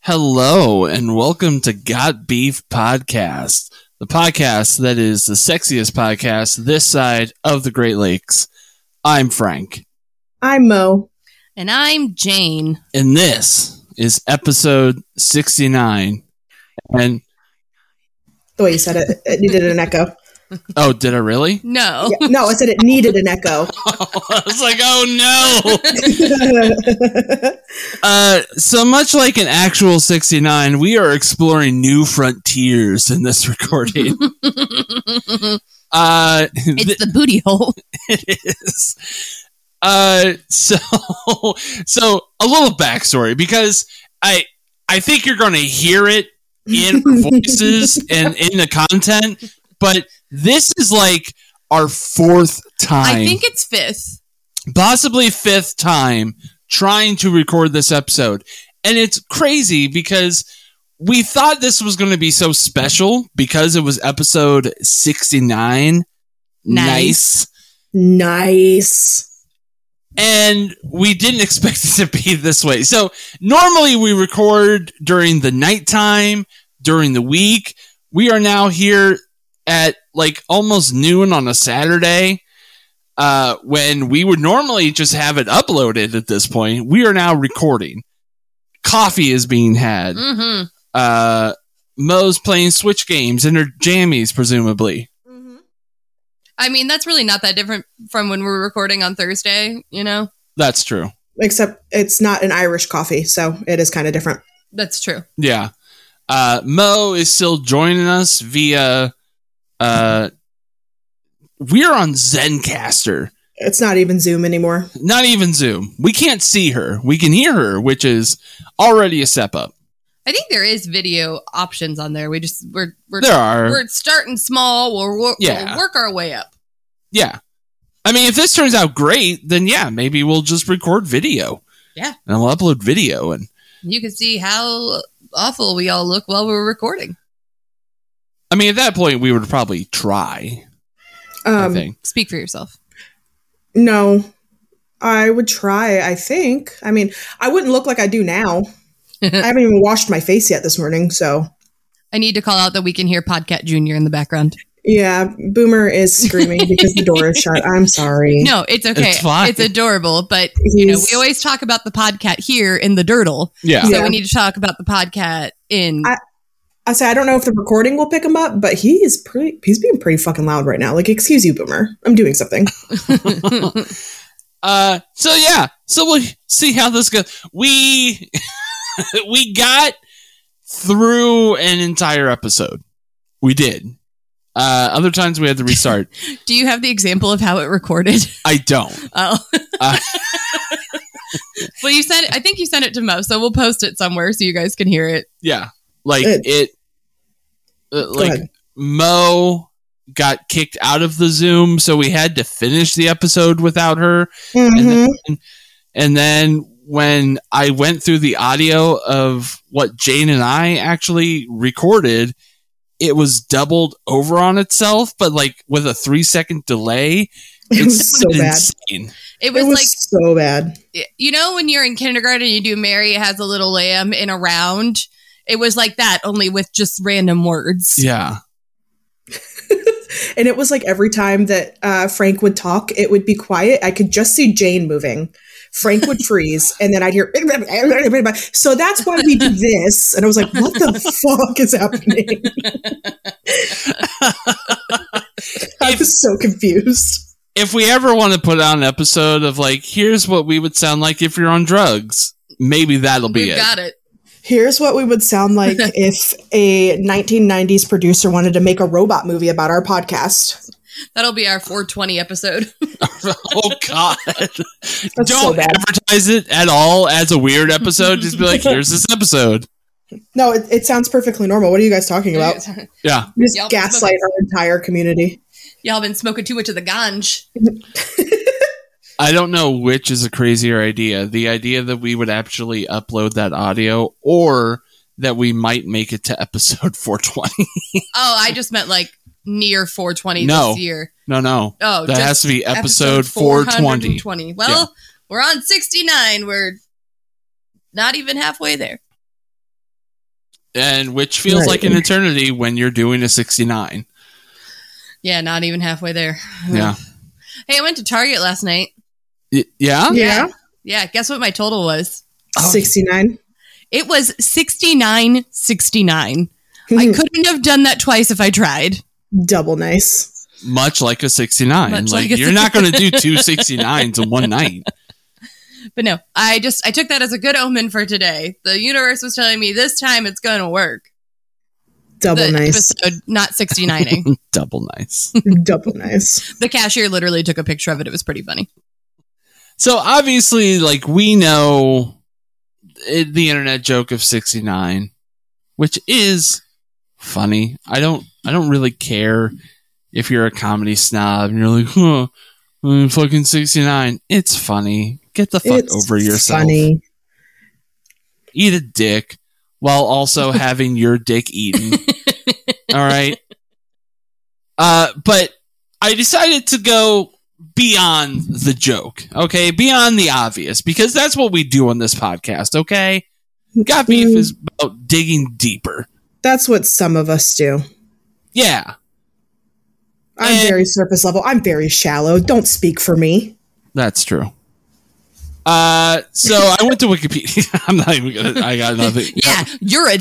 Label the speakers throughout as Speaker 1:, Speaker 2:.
Speaker 1: Hello, and welcome to Got Beef Podcast, the podcast that is the sexiest podcast this side of the Great Lakes. I'm Frank,
Speaker 2: I'm Mo.
Speaker 3: And I'm Jane.
Speaker 1: and this is episode 69. And
Speaker 2: The way you said it, it needed an echo.
Speaker 1: oh, did I really?
Speaker 3: No.
Speaker 2: Yeah, no, I said it needed an echo.
Speaker 1: I was like, oh no. Uh, so much like an actual 69, we are exploring new frontiers in this recording. uh,
Speaker 3: It's the booty hole.
Speaker 1: it is. Uh, so, so a little backstory because I, I think you're going to hear it in our voices and in the content, but this is like our fourth time
Speaker 3: I think it's fifth.
Speaker 1: possibly fifth time trying to record this episode. And it's crazy because we thought this was going to be so special because it was episode 69.
Speaker 3: Nice.
Speaker 2: nice.
Speaker 1: And we didn't expect it to be this way. So normally we record during the nighttime, during the week. We are now here at like almost noon on a Saturday. Uh, when we would normally just have it uploaded at this point, we are now recording. Coffee is being had.
Speaker 3: Mm-hmm.
Speaker 1: Uh, Mo's playing Switch games in her jammies, presumably.
Speaker 3: Mm-hmm. I mean, that's really not that different from when we were recording on Thursday, you know?
Speaker 1: That's true.
Speaker 2: Except it's not an Irish coffee, so it is kind of different.
Speaker 3: That's true.
Speaker 1: Yeah. Uh, Mo is still joining us via. Uh, we're on Zencaster,
Speaker 2: It's not even Zoom anymore.
Speaker 1: not even Zoom. We can't see her. We can hear her, which is already a step up.
Speaker 3: I think there is video options on there. We just we're we're
Speaker 1: There are.
Speaker 3: we're starting small. We'll, wor-
Speaker 1: Yeah.
Speaker 3: we'll work our way up.
Speaker 1: Yeah. I mean, if this turns out great, then yeah, maybe we'll just record video.
Speaker 3: Yeah.
Speaker 1: And I'll upload video. And
Speaker 3: You can see how awful we all look while we're recording.
Speaker 1: I mean, at that point, we would probably try, I
Speaker 2: Um,
Speaker 1: think.
Speaker 3: Speak for yourself.
Speaker 2: no, I would try. I think. I mean, I wouldn't look like I do now. I haven't even washed my face yet this morning, so
Speaker 3: I need to call out that we can hear Podcat Junior in the background.
Speaker 2: yeah. Boomer is screaming because the door is shut. I'm sorry.
Speaker 3: No, it's okay.
Speaker 1: It's fine.
Speaker 3: adorable, but you know,
Speaker 2: He's-
Speaker 3: we always talk about the Podcat here in the Dirtle.
Speaker 1: Yeah.
Speaker 3: So
Speaker 2: Yeah.
Speaker 3: we need to talk about the podcast in.
Speaker 2: I- I say I don't know if the recording will pick him up, but he is pretty. He's being pretty fucking loud right now. Like, excuse you, Boomer. I'm doing something.
Speaker 1: Uh, so yeah, so we'll see how this goes. We we got through an entire episode. We did. Uh, other times we had to restart.
Speaker 3: Do you have the example of how it recorded?
Speaker 1: I don't.
Speaker 3: Oh.
Speaker 1: Uh.
Speaker 3: well, you sent. I think you sent it to Mo, so we'll post it somewhere so you guys can hear it.
Speaker 1: Yeah, like
Speaker 2: It-
Speaker 1: it. uh, like
Speaker 2: ahead.
Speaker 1: Mo got kicked out of the Zoom, so we had to finish the episode without her.
Speaker 2: Mhm.
Speaker 1: And then when I went through the audio of what Jane and I actually recorded, it was doubled over on itself, but like with a three second delay.
Speaker 2: It
Speaker 1: It's
Speaker 2: was so bad.
Speaker 1: insane.
Speaker 3: It
Speaker 2: It
Speaker 3: was,
Speaker 2: was so bad.
Speaker 3: like you know when you're in kindergarten, you do Mary has a little lamb in a round. It was like that, only with just random words.
Speaker 1: Yeah.
Speaker 2: And it was like every time that uh, Frank would talk, it would be quiet. I could just see Jane moving. Frank would freeze, and then I'd hear. So that's why we do this. And I was like, "What the fuck is happening?" I was so confused.
Speaker 1: If we ever want to put out an episode of like, here's what we would sound like if you're on drugs, maybe that'll be
Speaker 3: We've
Speaker 1: it.
Speaker 3: got it.
Speaker 2: Here's what we would sound like if a 1990s producer wanted to make a robot movie about our podcast.
Speaker 3: That'll be our 420 episode.
Speaker 1: oh, God.
Speaker 2: That's so
Speaker 1: Don't
Speaker 2: bad.
Speaker 1: advertise it at all as a weird episode. Just be like, here's this episode.
Speaker 2: No, it, it sounds perfectly normal. What are you guys talking about?
Speaker 1: Yeah.
Speaker 2: You Just
Speaker 3: Y'all-
Speaker 2: gaslight our entire community.
Speaker 3: Y'all been smoking too much of the ganj.
Speaker 1: I don't know which is a crazier idea. The idea that we would actually upload that audio or that we might make it to episode 420.
Speaker 3: Oh, I just meant like near 420
Speaker 1: No.
Speaker 3: this year.
Speaker 1: No, no.
Speaker 3: Oh,
Speaker 1: That
Speaker 3: just
Speaker 1: has to be episode, 420.
Speaker 3: 420. Well, we're on 69. We're not even halfway there.
Speaker 1: and which feels
Speaker 2: Right.
Speaker 1: like an eternity when you're doing a 69.
Speaker 3: Yeah, not even halfway there.
Speaker 1: Yeah.
Speaker 3: Hey, I went to Target last night.
Speaker 1: Y- Oh, yeah?
Speaker 2: Yeah.
Speaker 3: Yeah, guess what my total was?
Speaker 1: Oh.
Speaker 2: 69.
Speaker 3: It was 69 69. I couldn't have done that twice if I tried.
Speaker 2: Mm-hmm. Double nice.
Speaker 1: Much like a 69.
Speaker 3: Much
Speaker 1: like
Speaker 3: like a
Speaker 1: you're not going to do two 69s in one night.
Speaker 3: But no, I just I took that as a good omen for today. The universe was telling me this time it's going to work.
Speaker 2: Double
Speaker 3: the
Speaker 2: nice.
Speaker 3: episode not 69ing.
Speaker 1: Double nice.
Speaker 2: Double nice.
Speaker 3: the cashier literally took a picture of it. It was pretty funny.
Speaker 1: So obviously, like we know it, the internet joke of '69, which is funny. I don't, I don't really care if you're a comedy snob and you're like, huh, mm, fucking '69. It's funny. Get the fuck
Speaker 2: It's
Speaker 1: over yourself.
Speaker 2: Funny.
Speaker 1: Eat a dick while also having your dick eaten. All right. Uh, but I decided to go beyond the joke, okay? Beyond the obvious, because that's what we do on this podcast, okay? Got Beef is about digging deeper.
Speaker 2: That's what some of us do.
Speaker 1: Yeah.
Speaker 2: I'm
Speaker 1: And-
Speaker 2: very surface level. I'm very shallow. Don't speak for me.
Speaker 1: That's true. Uh, so I went to Wikipedia. I'm not even gonna. I got nothing.
Speaker 3: Yeah, you're a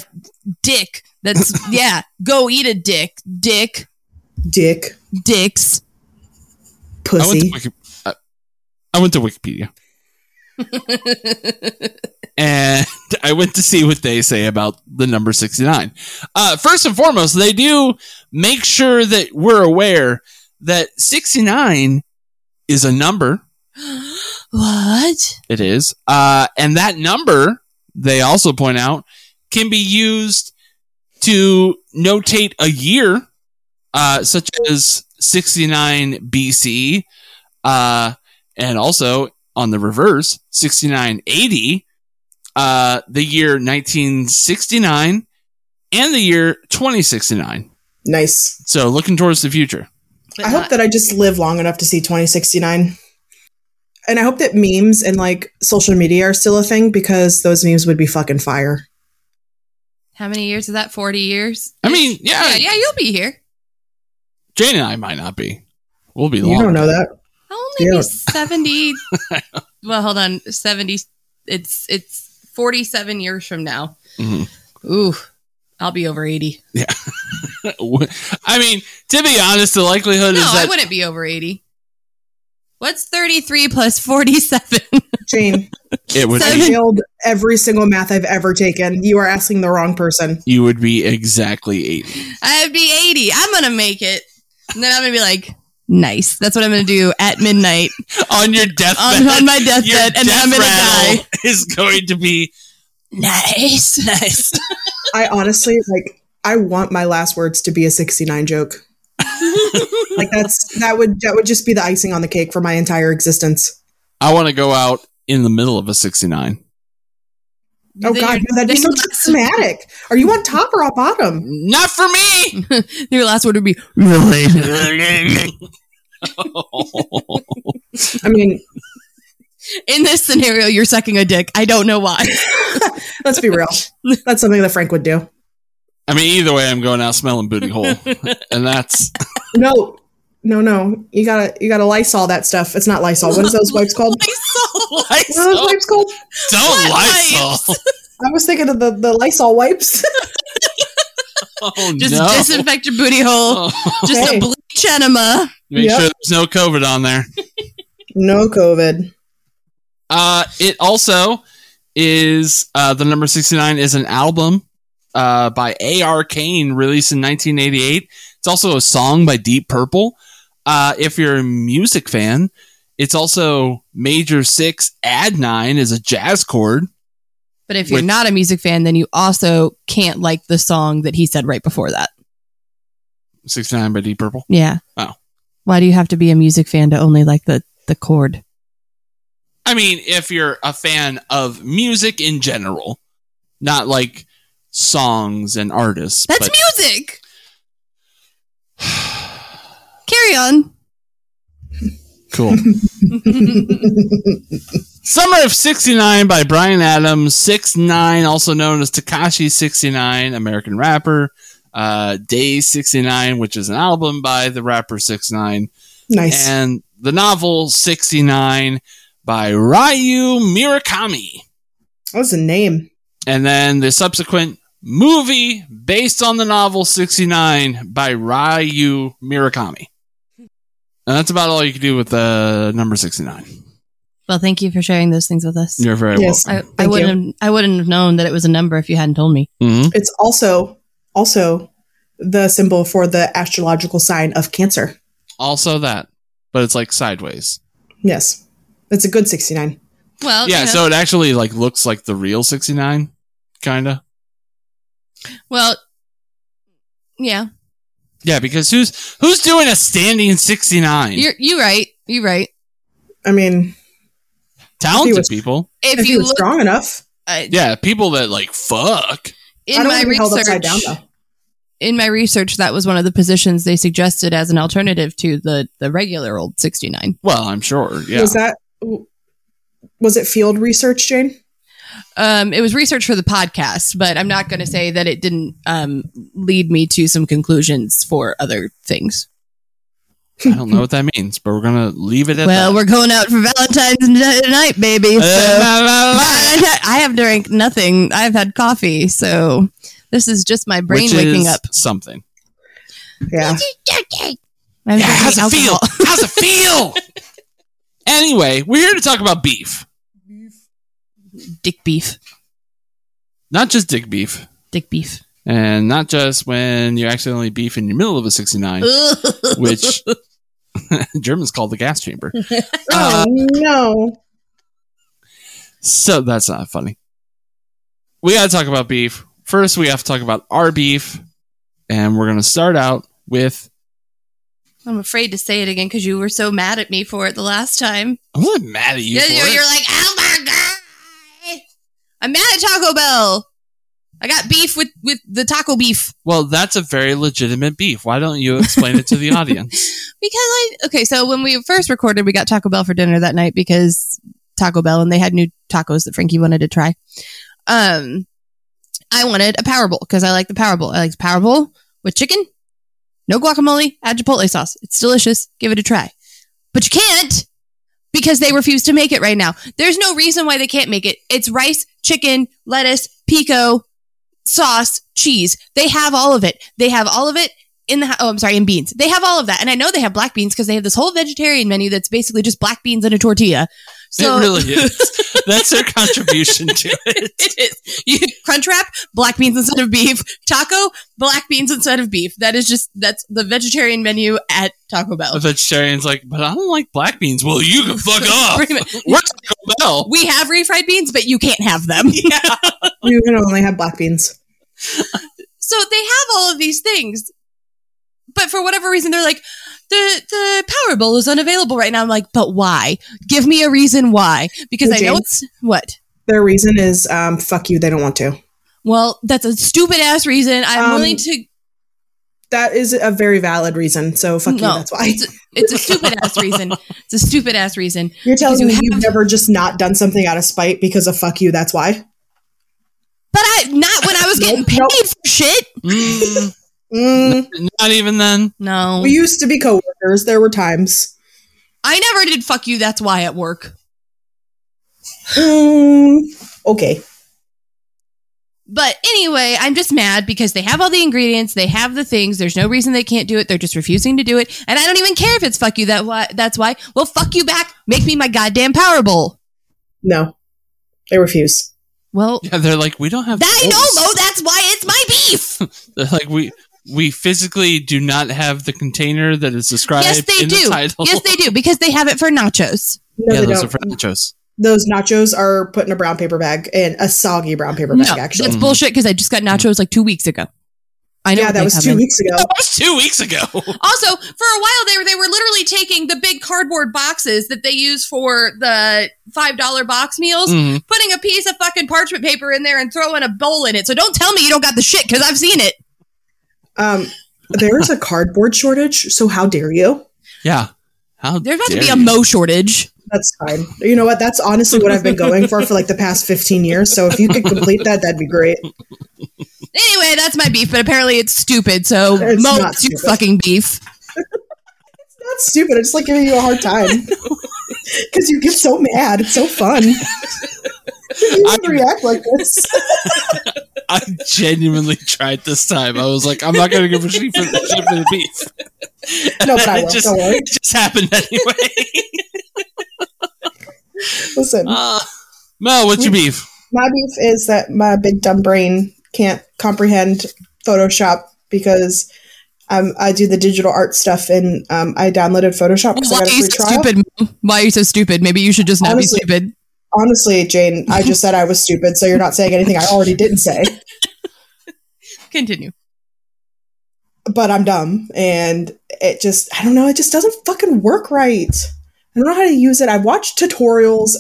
Speaker 3: dick. That's yeah. Go eat a dick. Dick.
Speaker 2: Dick.
Speaker 3: Dicks.
Speaker 1: I went to
Speaker 2: Pussy.
Speaker 1: Wiki- I- I went to Wikipedia. and I went to see what they say about the number 69. Uh, first and foremost, they do make sure that we're aware that 69 is a number.
Speaker 3: What?
Speaker 1: It is. Uh, and that number, they also point out, can be used to notate a year, uh, such as 69 BC, uh, and also on the reverse, 6980, uh, the year 1969, and the year 2069.
Speaker 2: nice.
Speaker 1: So looking towards the future.
Speaker 2: I hope that I just live long enough to see 2069. And I hope that memes and like social media are still a thing because those memes would be fucking fire.
Speaker 3: How many years is that? Forty years.
Speaker 1: I mean,
Speaker 3: Yeah,
Speaker 1: yeah,
Speaker 3: yeah, you'll be here.
Speaker 1: Jane and I might not be. We'll be
Speaker 2: You
Speaker 1: long.
Speaker 2: don't know that.
Speaker 3: I'll only
Speaker 2: Yeah.
Speaker 3: be seventy. well, hold on, seventy. It's it's forty-seven years from now.
Speaker 1: Mhm.
Speaker 3: Ooh, I'll be over eighty.
Speaker 1: I mean, to be honest, the likelihood
Speaker 3: No,
Speaker 1: is
Speaker 3: I
Speaker 1: that
Speaker 3: wouldn't be over eighty. What's thirty-three plus forty-seven?
Speaker 2: Jane,
Speaker 1: it would
Speaker 3: So-
Speaker 1: be,
Speaker 2: failed every single math I've ever taken. You are asking the wrong person.
Speaker 1: you would be exactly eight.
Speaker 3: I'd be 80. I'm going to make it. And then I'm going to be like, nice. That's what I'm going to do at midnight
Speaker 1: on your deathbed.
Speaker 3: on, on my
Speaker 1: your
Speaker 3: deathbed. And then
Speaker 1: death
Speaker 3: I'm going to
Speaker 1: rattle
Speaker 3: die.
Speaker 1: is going to be
Speaker 3: Nice. Nice.
Speaker 2: I honestly like I want my last words to be a 69 joke. like that's that would that would just be the icing on the cake for my entire existence.
Speaker 1: I want to go out in the middle of a 69.
Speaker 2: Oh
Speaker 3: Then
Speaker 2: god,
Speaker 3: your-
Speaker 2: no, that'd be
Speaker 3: then
Speaker 2: so
Speaker 3: your
Speaker 2: dramatic. Are you on top or on bottom?
Speaker 1: Not for me.
Speaker 3: last- Your last word would be,
Speaker 2: I mean,
Speaker 3: in this scenario, you're sucking a dick. I don't know why.
Speaker 2: let's be real. That's something that Frank would do.
Speaker 1: I mean, either way, I'm going out smelling booty hole, and that's
Speaker 2: No. No, no. You gotta you gotta Lysol that stuff. It's not Lysol. What is those wipes called?
Speaker 3: Lysol.
Speaker 2: What are those
Speaker 1: Lysol.
Speaker 2: wipes called?
Speaker 1: Don't
Speaker 3: wipes?
Speaker 1: Lysol.
Speaker 2: I was thinking of the, the Lysol wipes.
Speaker 1: Oh
Speaker 3: Just
Speaker 1: no!
Speaker 3: disinfect your booty hole.
Speaker 1: Oh,
Speaker 3: Just
Speaker 2: Okay.
Speaker 3: a bleach enema.
Speaker 1: make
Speaker 2: Yep.
Speaker 1: sure there's no COVID on there.
Speaker 2: no COVID.
Speaker 1: Uh, it also is uh, the number 69 is an album uh, by A.R. Kane released in 1988. It's also a song by Deep Purple. Uh, if you're a music fan, it's also major six add nine is a jazz chord.
Speaker 3: But if you're
Speaker 1: Which-
Speaker 3: not a music fan, then you also can't like the song that he said right before that.
Speaker 1: 69 by Deep Purple.
Speaker 3: Yeah.
Speaker 1: Oh.
Speaker 3: Why do you have to be a music fan to only like the, the chord?
Speaker 1: I mean, if you're a fan of music in general, not like songs and artists.
Speaker 3: That's
Speaker 1: but-
Speaker 3: music. Carry on.
Speaker 1: cool. Summer of 69 by Brian Adams, 6 9 also known as Takashi 69, American rapper. Uh, Day 69, which is an album by the rapper 6 9
Speaker 2: Nice.
Speaker 1: and the novel 69 by Ryu Murakami.
Speaker 2: that was a name.
Speaker 1: And then the subsequent movie based on the novel 69 by Ryu Murakami. And that's about all you can do with uh, number 69.
Speaker 3: Well, thank you for sharing those things with us.
Speaker 1: You're very
Speaker 2: Yes.
Speaker 1: welcome.
Speaker 3: I, I
Speaker 2: Thank
Speaker 3: wouldn't have, I wouldn't have known that it was a number if you hadn't told me.
Speaker 1: Mhm.
Speaker 2: It's also also the symbol for the astrological sign of Cancer.
Speaker 1: Also, that, but it's like sideways.
Speaker 2: Yes, it's a good sixty-nine.
Speaker 3: Well,
Speaker 1: yeah,
Speaker 3: you know-
Speaker 1: so it actually like looks like the real 69, kind of.
Speaker 3: well, yeah,
Speaker 1: Yeah, because who's who's doing a standing 69?
Speaker 3: you're you right, you right.
Speaker 2: I mean,
Speaker 1: Talented
Speaker 2: was-
Speaker 1: people.
Speaker 3: If,
Speaker 2: if, he
Speaker 3: you
Speaker 2: was
Speaker 3: look,
Speaker 2: strong enough,
Speaker 3: uh,
Speaker 1: Yeah, people that like fuck.
Speaker 2: I
Speaker 3: in
Speaker 2: don't
Speaker 3: my
Speaker 2: want to be held upside
Speaker 3: research,
Speaker 2: down though.
Speaker 3: in my research, that was one of the positions they suggested as an alternative to the the regular old sixty nine.
Speaker 1: Well, I'm sure. Yeah.
Speaker 2: Was that was it field research, Jane?
Speaker 3: Um, it was research for the podcast, but I'm not going to say that it didn't um, lead me to some conclusions for other things.
Speaker 1: I don't know what that means, but we're gonna leave it at
Speaker 3: well,
Speaker 1: that. Uh,
Speaker 3: we're going out for Valentine's night, baby. so- I have drank nothing. I've had coffee, so this is just my brain
Speaker 1: Which
Speaker 3: waking
Speaker 1: is
Speaker 3: up.
Speaker 1: something.
Speaker 2: Yeah.
Speaker 3: I'm drinking
Speaker 1: how's it feel?
Speaker 3: alcohol.
Speaker 1: How's it feel? anyway, we're here to talk about beef,
Speaker 3: Dick beef.
Speaker 1: not just dick beef,
Speaker 3: Dick beef.
Speaker 1: and not just when you accidentally beef in the middle of a sixty-nine, which Germans call the gas chamber. Uh,
Speaker 2: Oh no!
Speaker 1: So that's not funny. We got to talk about beef. First, we have to talk about our beef, and we're going to start out with.
Speaker 3: I'm afraid to say it again because you were so mad at me for it the last time.
Speaker 1: I'm not mad at you.
Speaker 3: Yeah,
Speaker 1: for
Speaker 3: you're,
Speaker 1: it.
Speaker 3: you're like, oh my god, I'm mad at Taco Bell. I got beef with with the taco beef
Speaker 1: well, that's a very legitimate beef. Why don't you explain it to the audience?
Speaker 3: because I okay. So when we first recorded, we got Taco Bell for dinner that night because Taco Bell and they had new tacos that Frankie wanted to try. Um, I wanted a Power Bowl because I like the Power Bowl. I like the Power Bowl with chicken, no guacamole, add chipotle sauce. It's delicious. Give it a try, but you can't because they refuse to make it right now. There's no reason why they can't make it. It's rice, chicken, lettuce, pico, sauce, cheese. They have all of it. They have all of it in the oh, I'm sorry, in beans. They have all of that, and I know they have black beans because they have this whole vegetarian menu that's basically just black beans and a tortilla. So
Speaker 1: it really is. That's their contribution to it.
Speaker 3: it is. You, crunch wrap, black beans instead of beef. Taco, black beans instead of beef. That is just that's the vegetarian menu at Taco
Speaker 1: A
Speaker 3: Bell.
Speaker 1: vegetarian's like, but I don't like black beans. Well, you can fuck off.
Speaker 3: Pretty much.
Speaker 1: We're Taco Bell.
Speaker 3: We have refried beans, but you can't have them.
Speaker 2: You can only have black beans.
Speaker 3: So they have all of these things. But for whatever reason, they're like, the the Power Bowl is unavailable right now. I'm like, but why? Give me a reason why. Because
Speaker 2: Hey,
Speaker 3: I know
Speaker 2: Jane.
Speaker 3: it's what?
Speaker 2: Their reason is um, fuck you. They don't want to.
Speaker 3: Well, that's a stupid ass reason. I'm
Speaker 2: Um,
Speaker 3: willing to.
Speaker 2: That is a very valid reason. So fuck
Speaker 3: No.
Speaker 2: you. That's why.
Speaker 3: It's a, it's a stupid ass reason. It's a stupid ass reason.
Speaker 2: You're telling
Speaker 3: Because you
Speaker 2: me you've
Speaker 3: have-
Speaker 2: never just not done something out of spite because of fuck you. That's why.
Speaker 3: But I not when I was getting
Speaker 2: Nope,
Speaker 3: paid
Speaker 2: nope.
Speaker 3: for shit.
Speaker 1: Mm,
Speaker 2: Mm,
Speaker 1: not even then.
Speaker 3: No,
Speaker 2: we used to be coworkers. There were times.
Speaker 3: I never did. Fuck you. That's why at work.
Speaker 2: Mm, okay.
Speaker 3: But anyway, I'm just mad because they have all the ingredients, they have the things. There's no reason they can't do it. They're just refusing to do it, and I don't even care if it's fuck you. That why. That's why. Well, fuck you back. Make me my goddamn Power Bowl.
Speaker 2: No, they refuse.
Speaker 3: Well,
Speaker 1: Yeah, they're like, we don't have.
Speaker 3: that I
Speaker 1: votes.
Speaker 3: know, Mo. That's why it's my beef.
Speaker 1: They're like, we we physically do not have the container that is described
Speaker 3: yes, they
Speaker 1: in the title.
Speaker 3: do. Yes, they do because they have it for nachos.
Speaker 2: No,
Speaker 1: yeah,
Speaker 2: they
Speaker 1: those
Speaker 2: don't.
Speaker 1: are for nachos.
Speaker 2: those nachos are put in a brown paper bag and a soggy brown paper
Speaker 3: No,
Speaker 2: bag. actually,
Speaker 3: that's bullshit because I just got nachos like two weeks ago. I know
Speaker 2: yeah,
Speaker 3: what
Speaker 2: that
Speaker 3: they
Speaker 2: was
Speaker 3: come
Speaker 2: two
Speaker 3: in.
Speaker 2: weeks ago.
Speaker 1: That was two weeks ago.
Speaker 3: Also, for a while they were they were literally taking the big cardboard boxes that they use for the five dollar box meals,
Speaker 1: Mhm.
Speaker 3: putting a piece of fucking parchment paper in there and throwing a bowl in it. So don't tell me you don't got the shit because I've seen it.
Speaker 2: Um, there is a cardboard shortage, so how dare you?
Speaker 1: Yeah. How
Speaker 3: There's about to
Speaker 1: dare
Speaker 3: be a
Speaker 1: you.
Speaker 3: mo shortage.
Speaker 2: That's fine. You know what? That's honestly what I've been going for for like the past 15 years. So if you could complete that, that'd be great.
Speaker 3: Anyway, that's my beef, but apparently it's stupid. So
Speaker 2: It's
Speaker 3: Mo,
Speaker 2: not
Speaker 3: it's your
Speaker 2: stupid.
Speaker 3: fucking beef.
Speaker 2: That's stupid. I'm just like giving you a hard time because you get so mad. It's so fun. you didn't
Speaker 1: I-
Speaker 2: react like this.
Speaker 1: I genuinely tried this time. I was like, I'm not going to give a shit for, shit for the beef.
Speaker 2: No, but I
Speaker 1: It
Speaker 2: will.
Speaker 1: just-
Speaker 2: Don't worry.
Speaker 1: It just happened anyway.
Speaker 2: Listen,
Speaker 1: Uh, Mel, what's your beef?
Speaker 2: my beef is that my big dumb brain can't comprehend Photoshop because um, I do the digital art stuff and um, I downloaded Photoshop because I
Speaker 3: Why
Speaker 2: got
Speaker 3: are
Speaker 2: a
Speaker 3: you
Speaker 2: free
Speaker 3: so
Speaker 2: trial.
Speaker 3: stupid? Mo? Why are you so stupid? Maybe you should just not
Speaker 2: Honestly.
Speaker 3: be stupid.
Speaker 2: Honestly, Jane, I just said I was stupid, so you're not saying anything I already didn't say.
Speaker 3: Continue.
Speaker 2: but I'm dumb and it just I don't know, it just doesn't fucking work right. I don't know how to use it. I've watched tutorials,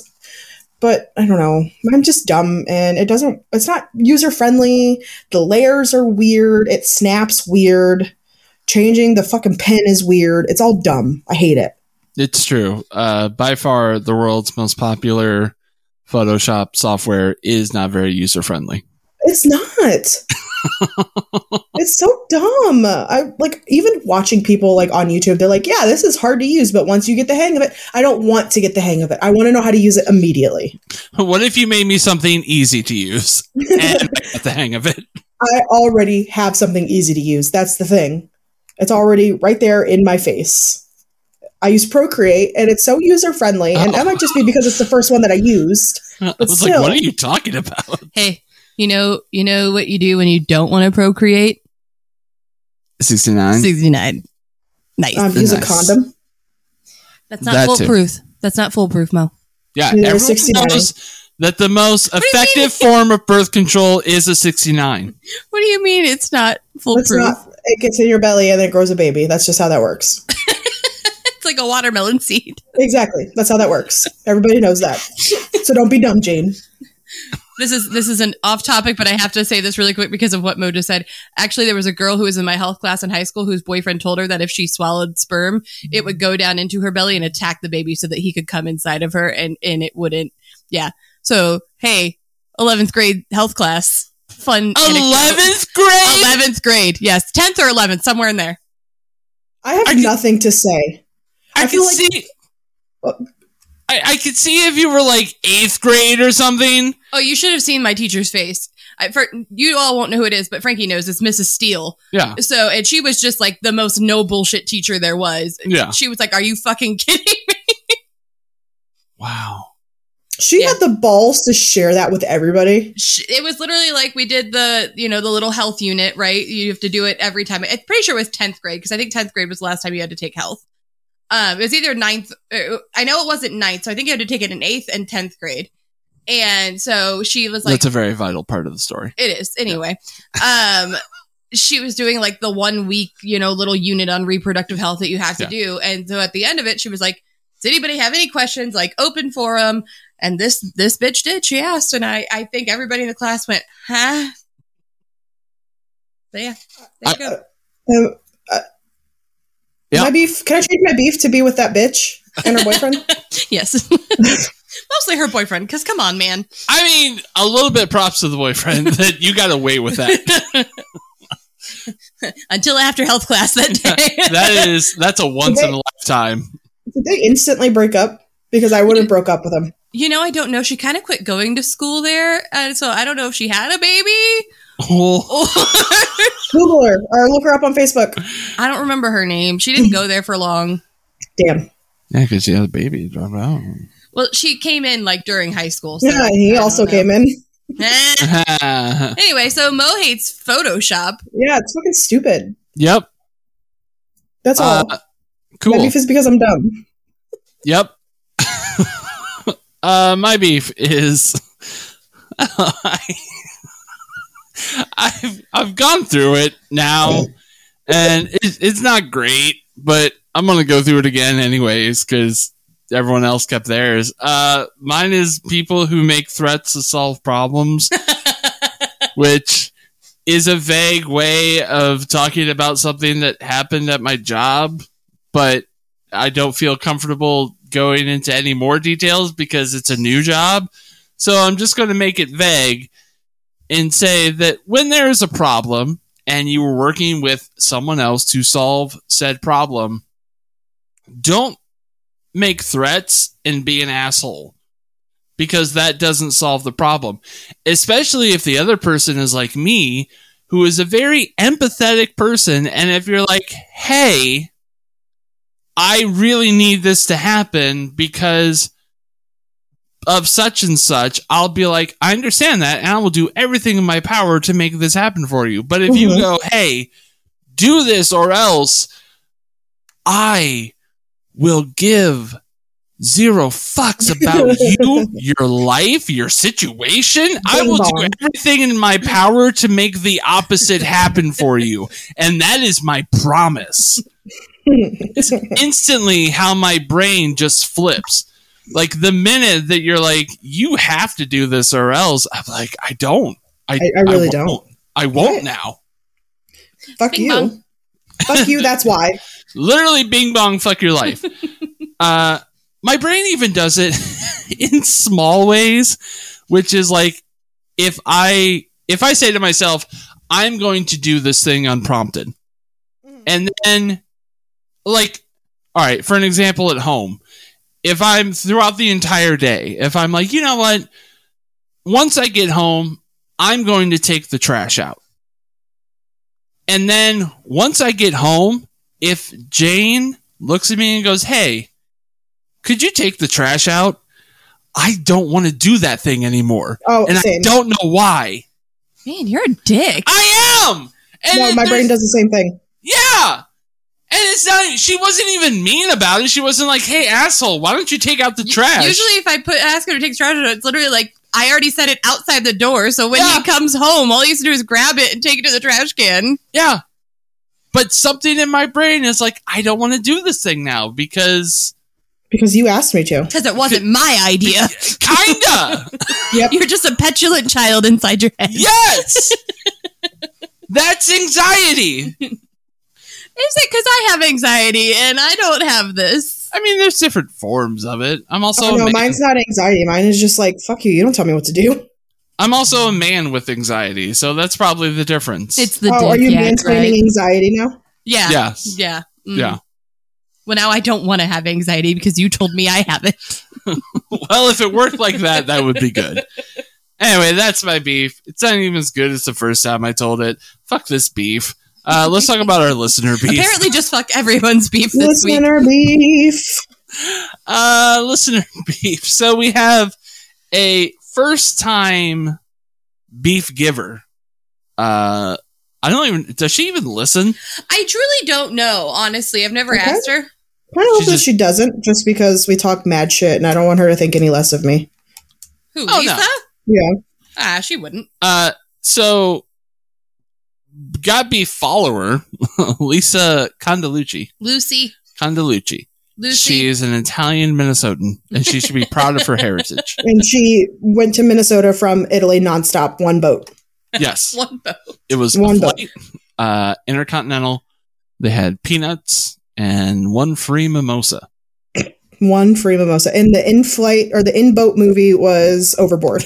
Speaker 2: but I don't know. I'm just dumb and it doesn't it's not user friendly. The layers are weird, it snaps weird. Changing the fucking pen is weird. It's all dumb. I hate it.
Speaker 1: It's true. Uh, by far, the world's most popular Photoshop software is not very user friendly.
Speaker 2: It's not. it's so dumb. I like even watching people like on YouTube, they're like, yeah, this is hard to use, but once you get the hang of it, I don't want to get the hang of it. I want to know how to use it immediately.
Speaker 1: What if you made me something easy to use and I got the hang of it?
Speaker 2: I already have something easy to use. That's the thing. It's already right there in my face. I use Procreate and it's so user friendly. And
Speaker 1: Oh.
Speaker 2: that might just be because it's the first one that I used.
Speaker 1: I
Speaker 2: But
Speaker 1: was like,
Speaker 2: still.
Speaker 1: what are you talking about?
Speaker 3: Hey, you know, you know what you do when you don't want to procreate?
Speaker 1: 69.
Speaker 3: Sixty nine. Nice.
Speaker 2: Um, use a
Speaker 1: Nice.
Speaker 2: condom.
Speaker 3: That's not
Speaker 1: that too.
Speaker 3: foolproof. That's not foolproof, Mo.
Speaker 1: yeah,
Speaker 2: Yeah,
Speaker 1: everyone
Speaker 2: 69.
Speaker 1: knows that the most
Speaker 3: do you
Speaker 1: effective form of birth control is a 69.
Speaker 3: What do you mean it's not
Speaker 2: It's
Speaker 3: foolproof?
Speaker 2: not. It gets in your belly and then it grows a baby. That's just how that works.
Speaker 3: it's like a watermelon seed.
Speaker 2: Exactly. That's how that works. Everybody knows that. So don't be dumb, Jane.
Speaker 3: This is this is an off topic, but I have to say this really quick because of what Mo just said. Actually, there was a girl who was in my health class in high school whose boyfriend told her that if she swallowed sperm, it would go down into her belly and attack the baby so that he could come inside of her and and it wouldn't. Yeah. So hey, eleventh grade health class, fun. anecdote.
Speaker 1: 11th grade?
Speaker 3: 11th grade. Yes, tenth or eleventh, somewhere in there.
Speaker 2: I have
Speaker 1: I can-
Speaker 2: nothing to say.
Speaker 1: I,
Speaker 2: I
Speaker 1: can
Speaker 2: feel like- Uh,
Speaker 1: see.
Speaker 2: What?
Speaker 1: I, I could see if you were like eighth grade or something.
Speaker 3: Oh, you should have seen my teacher's face. I, for, you all won't know who it is, but Frankie knows it's Mrs. Steele.
Speaker 1: Yeah.
Speaker 3: So, and she was just like the most no bullshit teacher there was.
Speaker 1: Yeah.
Speaker 3: She was like, Are you fucking kidding me?
Speaker 1: Wow.
Speaker 2: She
Speaker 3: Yeah.
Speaker 2: had the balls to share that with everybody.
Speaker 3: She, it was literally like we did the, you know, the little health unit, right? You have to do it every time. I'm pretty sure it was 10th grade because I think 10th grade was the last time you had to take health. Um, it was either ninth, or, I know it wasn't ninth, so I think you had to take it in eighth and 10th grade. And so she was like,
Speaker 1: That's a very vital part of the story.
Speaker 3: It is anyway. Um, she was doing like the one week, you know, little unit on reproductive health that you have to
Speaker 1: Yeah.
Speaker 3: do, and so at the end of it, she was like, "Does anybody have any questions?" Like open forum, and this this bitch did. She asked, and I I think everybody in the class went, "Huh." So yeah, there you go.
Speaker 2: Um, uh,
Speaker 1: Yeah.
Speaker 2: My beef. Can I change my beef to be with that bitch and her boyfriend?
Speaker 3: yes, mostly her boyfriend. Because come on, man.
Speaker 1: I mean, a little bit props to the boyfriend that you got away with that.
Speaker 3: Until after health class that day,
Speaker 1: That is, that's a once in a lifetime.
Speaker 2: Did they instantly break up? Because I would have broke up with him.
Speaker 3: you know, I don't know. She kind of quit going to school there, and so I don't know if she had a baby.
Speaker 1: Oh,
Speaker 3: I
Speaker 2: Google her or look her up on Facebook.
Speaker 3: don't remember her name. She didn't go there for long.
Speaker 2: Damn.
Speaker 1: yeah, because she had a baby. Drop out.
Speaker 3: Well, she came in like during high school. So
Speaker 2: Yeah, he also came in.
Speaker 3: in. Eh. anyway, so Mo hates Photoshop.
Speaker 2: Yeah, it's fucking stupid.
Speaker 1: yep.
Speaker 2: That's
Speaker 1: Uh,
Speaker 2: all. My
Speaker 1: cool.
Speaker 2: beef is because I'm dumb.
Speaker 1: Yep. uh, my beef is I, I've I've gone through it now, and it, it's not great, but I'm gonna go through it again anyways because everyone else kept theirs. Uh, mine is people who make threats to solve problems, which is a vague way of talking about something that happened at my job, but I don't feel comfortable going into any more details because it's a new job. So I'm just going to make it vague and say that when there is a problem and you were working with someone else to solve said problem, don't make threats and be an asshole because that doesn't solve the problem. Especially if the other person is like me, who is a very empathetic person. And if you're like, hey, I really need this to happen because of such and such, I'll be like, I understand that, and I will do everything in my power to make this happen for you. But if you
Speaker 2: Mhm.
Speaker 1: go, hey, do this or else, I will give zero fucks about you, your life, your situation. I will do
Speaker 2: Ding-dong.
Speaker 1: everything in my power to make the opposite happen for you. And that is my promise instantly how my brain just flips. Like the minute that you're like, you have to do this or else, I'm like, I don't. I,
Speaker 2: I really don't.
Speaker 1: won't. I won't now.
Speaker 2: Fuck
Speaker 3: Bing
Speaker 2: you.
Speaker 3: bong.
Speaker 2: Fuck you. That's why.
Speaker 1: Literally, bing bong, fuck your life. uh, my brain even does it in small ways, which is like, if I if I say to myself, I'm going to do this thing unprompted, And then, like, all right, for an example at home, if I'm throughout the entire day, if I'm like, you know what, once I get home, I'm going to take the trash out. And then once I get home, if Jane looks at me and goes, hey, could you take the trash out? I don't want to do that thing anymore.
Speaker 2: Oh,
Speaker 1: and
Speaker 2: same.
Speaker 1: I don't know why.
Speaker 3: Man, you're a dick.
Speaker 1: I am! And
Speaker 2: no,
Speaker 1: it-
Speaker 2: my
Speaker 1: there's-
Speaker 2: brain does the same thing.
Speaker 1: yeah. And it's not, she wasn't even mean about it. She wasn't like, hey, asshole, why don't you take out the trash?
Speaker 3: Usually, if I put ask her to take the trash out, it's literally like I already set it outside the door. So when
Speaker 1: Yeah.
Speaker 3: he comes home, all he has to do is grab it and take it to the trash can.
Speaker 1: yeah. But something in my brain is like, I don't want to do this thing now because
Speaker 2: Because you asked me to.
Speaker 3: Because it wasn't my idea.
Speaker 1: kinda.
Speaker 3: You're just a petulant child inside your head.
Speaker 1: yes. That's anxiety.
Speaker 3: Is it because I have anxiety and I don't have this?
Speaker 1: I mean, there's different forms of it. I'm also
Speaker 2: Oh,
Speaker 1: a
Speaker 2: no,
Speaker 1: man.
Speaker 2: mine's not anxiety. Mine is just like, fuck you. You don't tell me what to do.
Speaker 1: I'm also a man with anxiety, so that's probably the difference.
Speaker 3: It's the
Speaker 2: oh,
Speaker 3: dick.
Speaker 2: are you
Speaker 3: yeah,
Speaker 2: mansplaining
Speaker 3: right.
Speaker 2: anxiety now?
Speaker 3: Yeah.
Speaker 1: yes.
Speaker 3: Yeah. Mm.
Speaker 1: Yeah.
Speaker 3: Well, now I don't want to have anxiety because you told me I have it.
Speaker 1: well, if it worked like that, that would be good. Anyway, that's my beef. It's not even as good as the first time I told it. Fuck this beef. Uh, let's talk about our listener beef.
Speaker 3: Apparently, just fuck everyone's beef this week.
Speaker 2: Listener beef.
Speaker 1: Uh, listener beef. So we have a first time beef giver. Uh, I don't even. Does she even listen?
Speaker 3: I truly don't know, honestly. I've never
Speaker 2: Okay.
Speaker 3: asked her.
Speaker 2: Kind of hope
Speaker 1: She's
Speaker 2: that
Speaker 1: just-
Speaker 2: she doesn't, just because we talk mad shit, and I don't want her to think any less of me.
Speaker 3: Who,
Speaker 1: Oh,
Speaker 3: Lisa?
Speaker 1: no.
Speaker 2: Yeah,
Speaker 3: Ah, she wouldn't.
Speaker 1: Uh, so got beef follower Lisa Condalucci.
Speaker 3: Lucy.
Speaker 1: Condalucci.
Speaker 3: Lucy.
Speaker 1: She is an Italian Minnesotan, and she should be proud of her heritage.
Speaker 2: and she went to Minnesota from Italy nonstop, one boat.
Speaker 1: Yes,
Speaker 3: one vote.
Speaker 1: it was a
Speaker 2: One
Speaker 1: flight, uh, intercontinental. They had peanuts and one free mimosa.
Speaker 2: One free mimosa. And the in flight or the in boat movie was Overboard.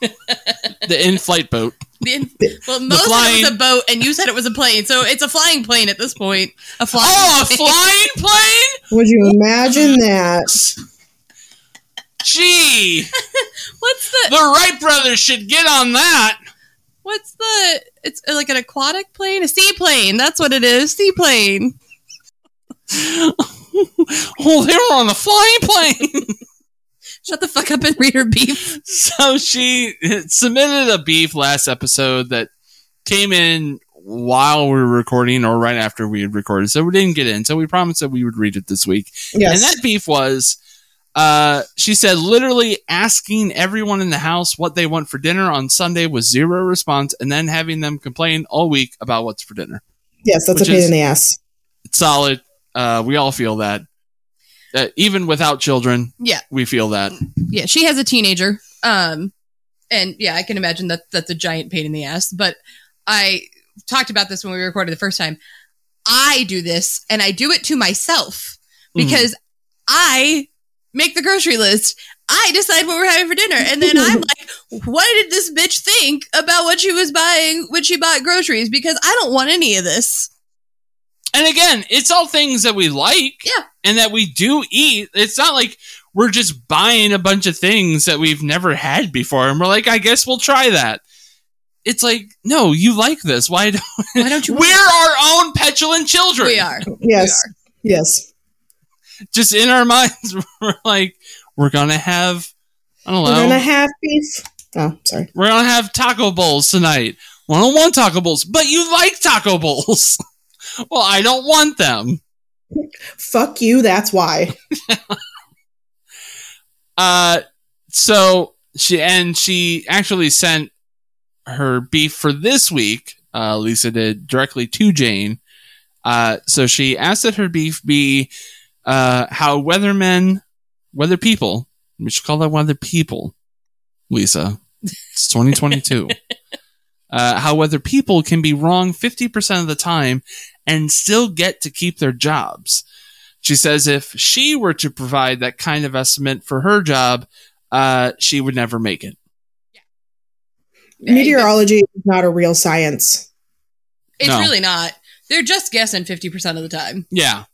Speaker 1: The in-flight boat.
Speaker 3: The- Well, most said it was
Speaker 1: flying-
Speaker 3: a boat, and you said it was a plane. So it's a flying plane at this point. A flying.
Speaker 1: Oh, a
Speaker 3: plane.
Speaker 1: flying plane!
Speaker 2: Would you imagine that?
Speaker 1: Gee,
Speaker 3: What's the?
Speaker 1: the Wright brothers should get on that.
Speaker 3: What's the? It's like an aquatic plane, a seaplane. That's what it is. Seaplane.
Speaker 1: Oh, they were on the flying plane.
Speaker 3: Shut the fuck up and read her beef.
Speaker 1: so she submitted a beef last episode that came in while we were recording or right after we had recorded. So we didn't get in. So we promised that we would read it this week.
Speaker 2: Yes.
Speaker 1: And that beef was uh, she said literally asking everyone in the house what they want for dinner on Sunday was zero response and then having them complain all week about what's for dinner.
Speaker 2: yes, that's a
Speaker 1: which
Speaker 2: pain
Speaker 1: is-
Speaker 2: in the ass.
Speaker 1: It's solid. Uh, we all feel that. Uh, even without children,
Speaker 3: Yeah.
Speaker 1: we feel that.
Speaker 3: Yeah, she has a teenager. Um, and yeah, I can imagine that that's a giant pain in the ass. But I talked about this when we recorded the first time. Mm-hmm. I do this, and I do it to myself because I make the grocery list. I decide what we're having for dinner. And then I'm like, what did this bitch think about what she was buying when she bought groceries? Because I don't want any of this.
Speaker 1: And again, it's all things that we like
Speaker 3: Yeah.
Speaker 1: and that we do eat. It's not like we're just buying a bunch of things that we've never had before and we're like, I guess we'll try that. It's like, no, you like this. Why don't,
Speaker 3: Why don't you?
Speaker 1: we're our own petulant children?
Speaker 3: We are.
Speaker 2: Yes. Yes.
Speaker 1: Just in our minds, we're like, we're gonna have I don't know.
Speaker 2: We're gonna have beef. Oh, sorry.
Speaker 1: We're gonna have taco bowls tonight. Well, I don't want taco bowls, but you like taco bowls. well, I don't want them.
Speaker 2: Fuck you. That's why.
Speaker 1: Uh, so she and she actually sent her beef for this week. Uh, Lisa did directly to Jane. Uh, so she asked that her beef be uh, how weathermen, weather people, we should call that weather people, Lisa. It's 2022. uh, how weather people can be wrong 50% of the time and still get to keep their jobs. She says if she were to provide that kind of estimate for her job, uh, she would never make it.
Speaker 3: Yeah,
Speaker 2: Meteorology is not a real science.
Speaker 3: It's
Speaker 1: No.
Speaker 3: really not. They're just guessing 50% of the time.
Speaker 1: Yeah.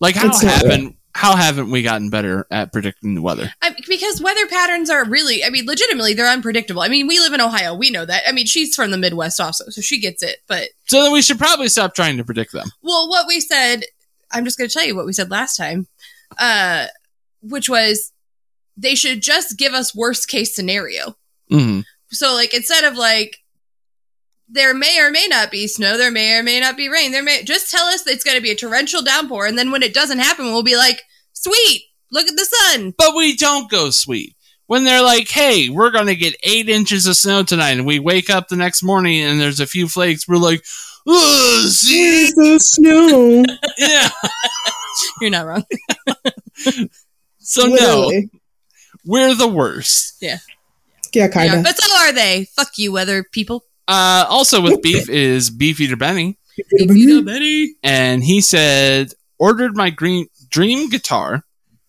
Speaker 1: Like how
Speaker 2: It's not
Speaker 1: haven't how haven't we gotten better at predicting the weather?
Speaker 3: I, because weather patterns are really, I mean, legitimately, they're unpredictable. I mean, we live in Ohio. We know that. I mean, she's from the Midwest also, so she gets it. But,
Speaker 1: So then we should probably stop trying to predict them.
Speaker 3: well, what we said, I'm just going to tell you what we said last time, uh, which was they should just give us worst case scenario.
Speaker 1: hmm
Speaker 3: So, like, instead of like, there may or may not be snow, there may or may not be rain, there may just tell us that it's going to be a torrential downpour. And then when it doesn't happen, we'll be like, sweet, look at the sun.
Speaker 1: But we don't go sweet. When they're like, hey, we're going to get eight inches of snow tonight, and we wake up the next morning and there's a few flakes, we're like, Ugh, see?
Speaker 2: Where's the snow?
Speaker 1: yeah.
Speaker 3: You're not wrong.
Speaker 1: So no,
Speaker 2: Literally.
Speaker 1: we're the worst.
Speaker 2: Yeah, kind
Speaker 3: Yeah,
Speaker 2: of.
Speaker 3: but so are they. Fuck you, weather people.
Speaker 1: Uh, also with beef is beef eater Benny,
Speaker 2: Mm-hmm.
Speaker 3: Benny.
Speaker 1: and he said ordered my green dream guitar,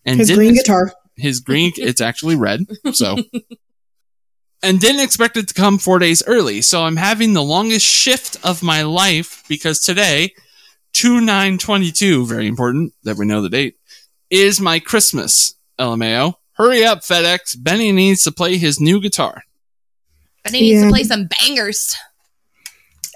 Speaker 1: and
Speaker 2: His
Speaker 1: didn't
Speaker 2: green
Speaker 1: ex-
Speaker 2: guitar.
Speaker 1: his green it's actually red, so and didn't expect it to come four days early. So I'm having the longest shift of my life because today, two nine twenty two, very important that we know the date, is my Christmas. LMAO, hurry up, FedEx! Benny needs to play his new guitar.
Speaker 3: Benny needs
Speaker 2: Yeah.
Speaker 3: to play some bangers.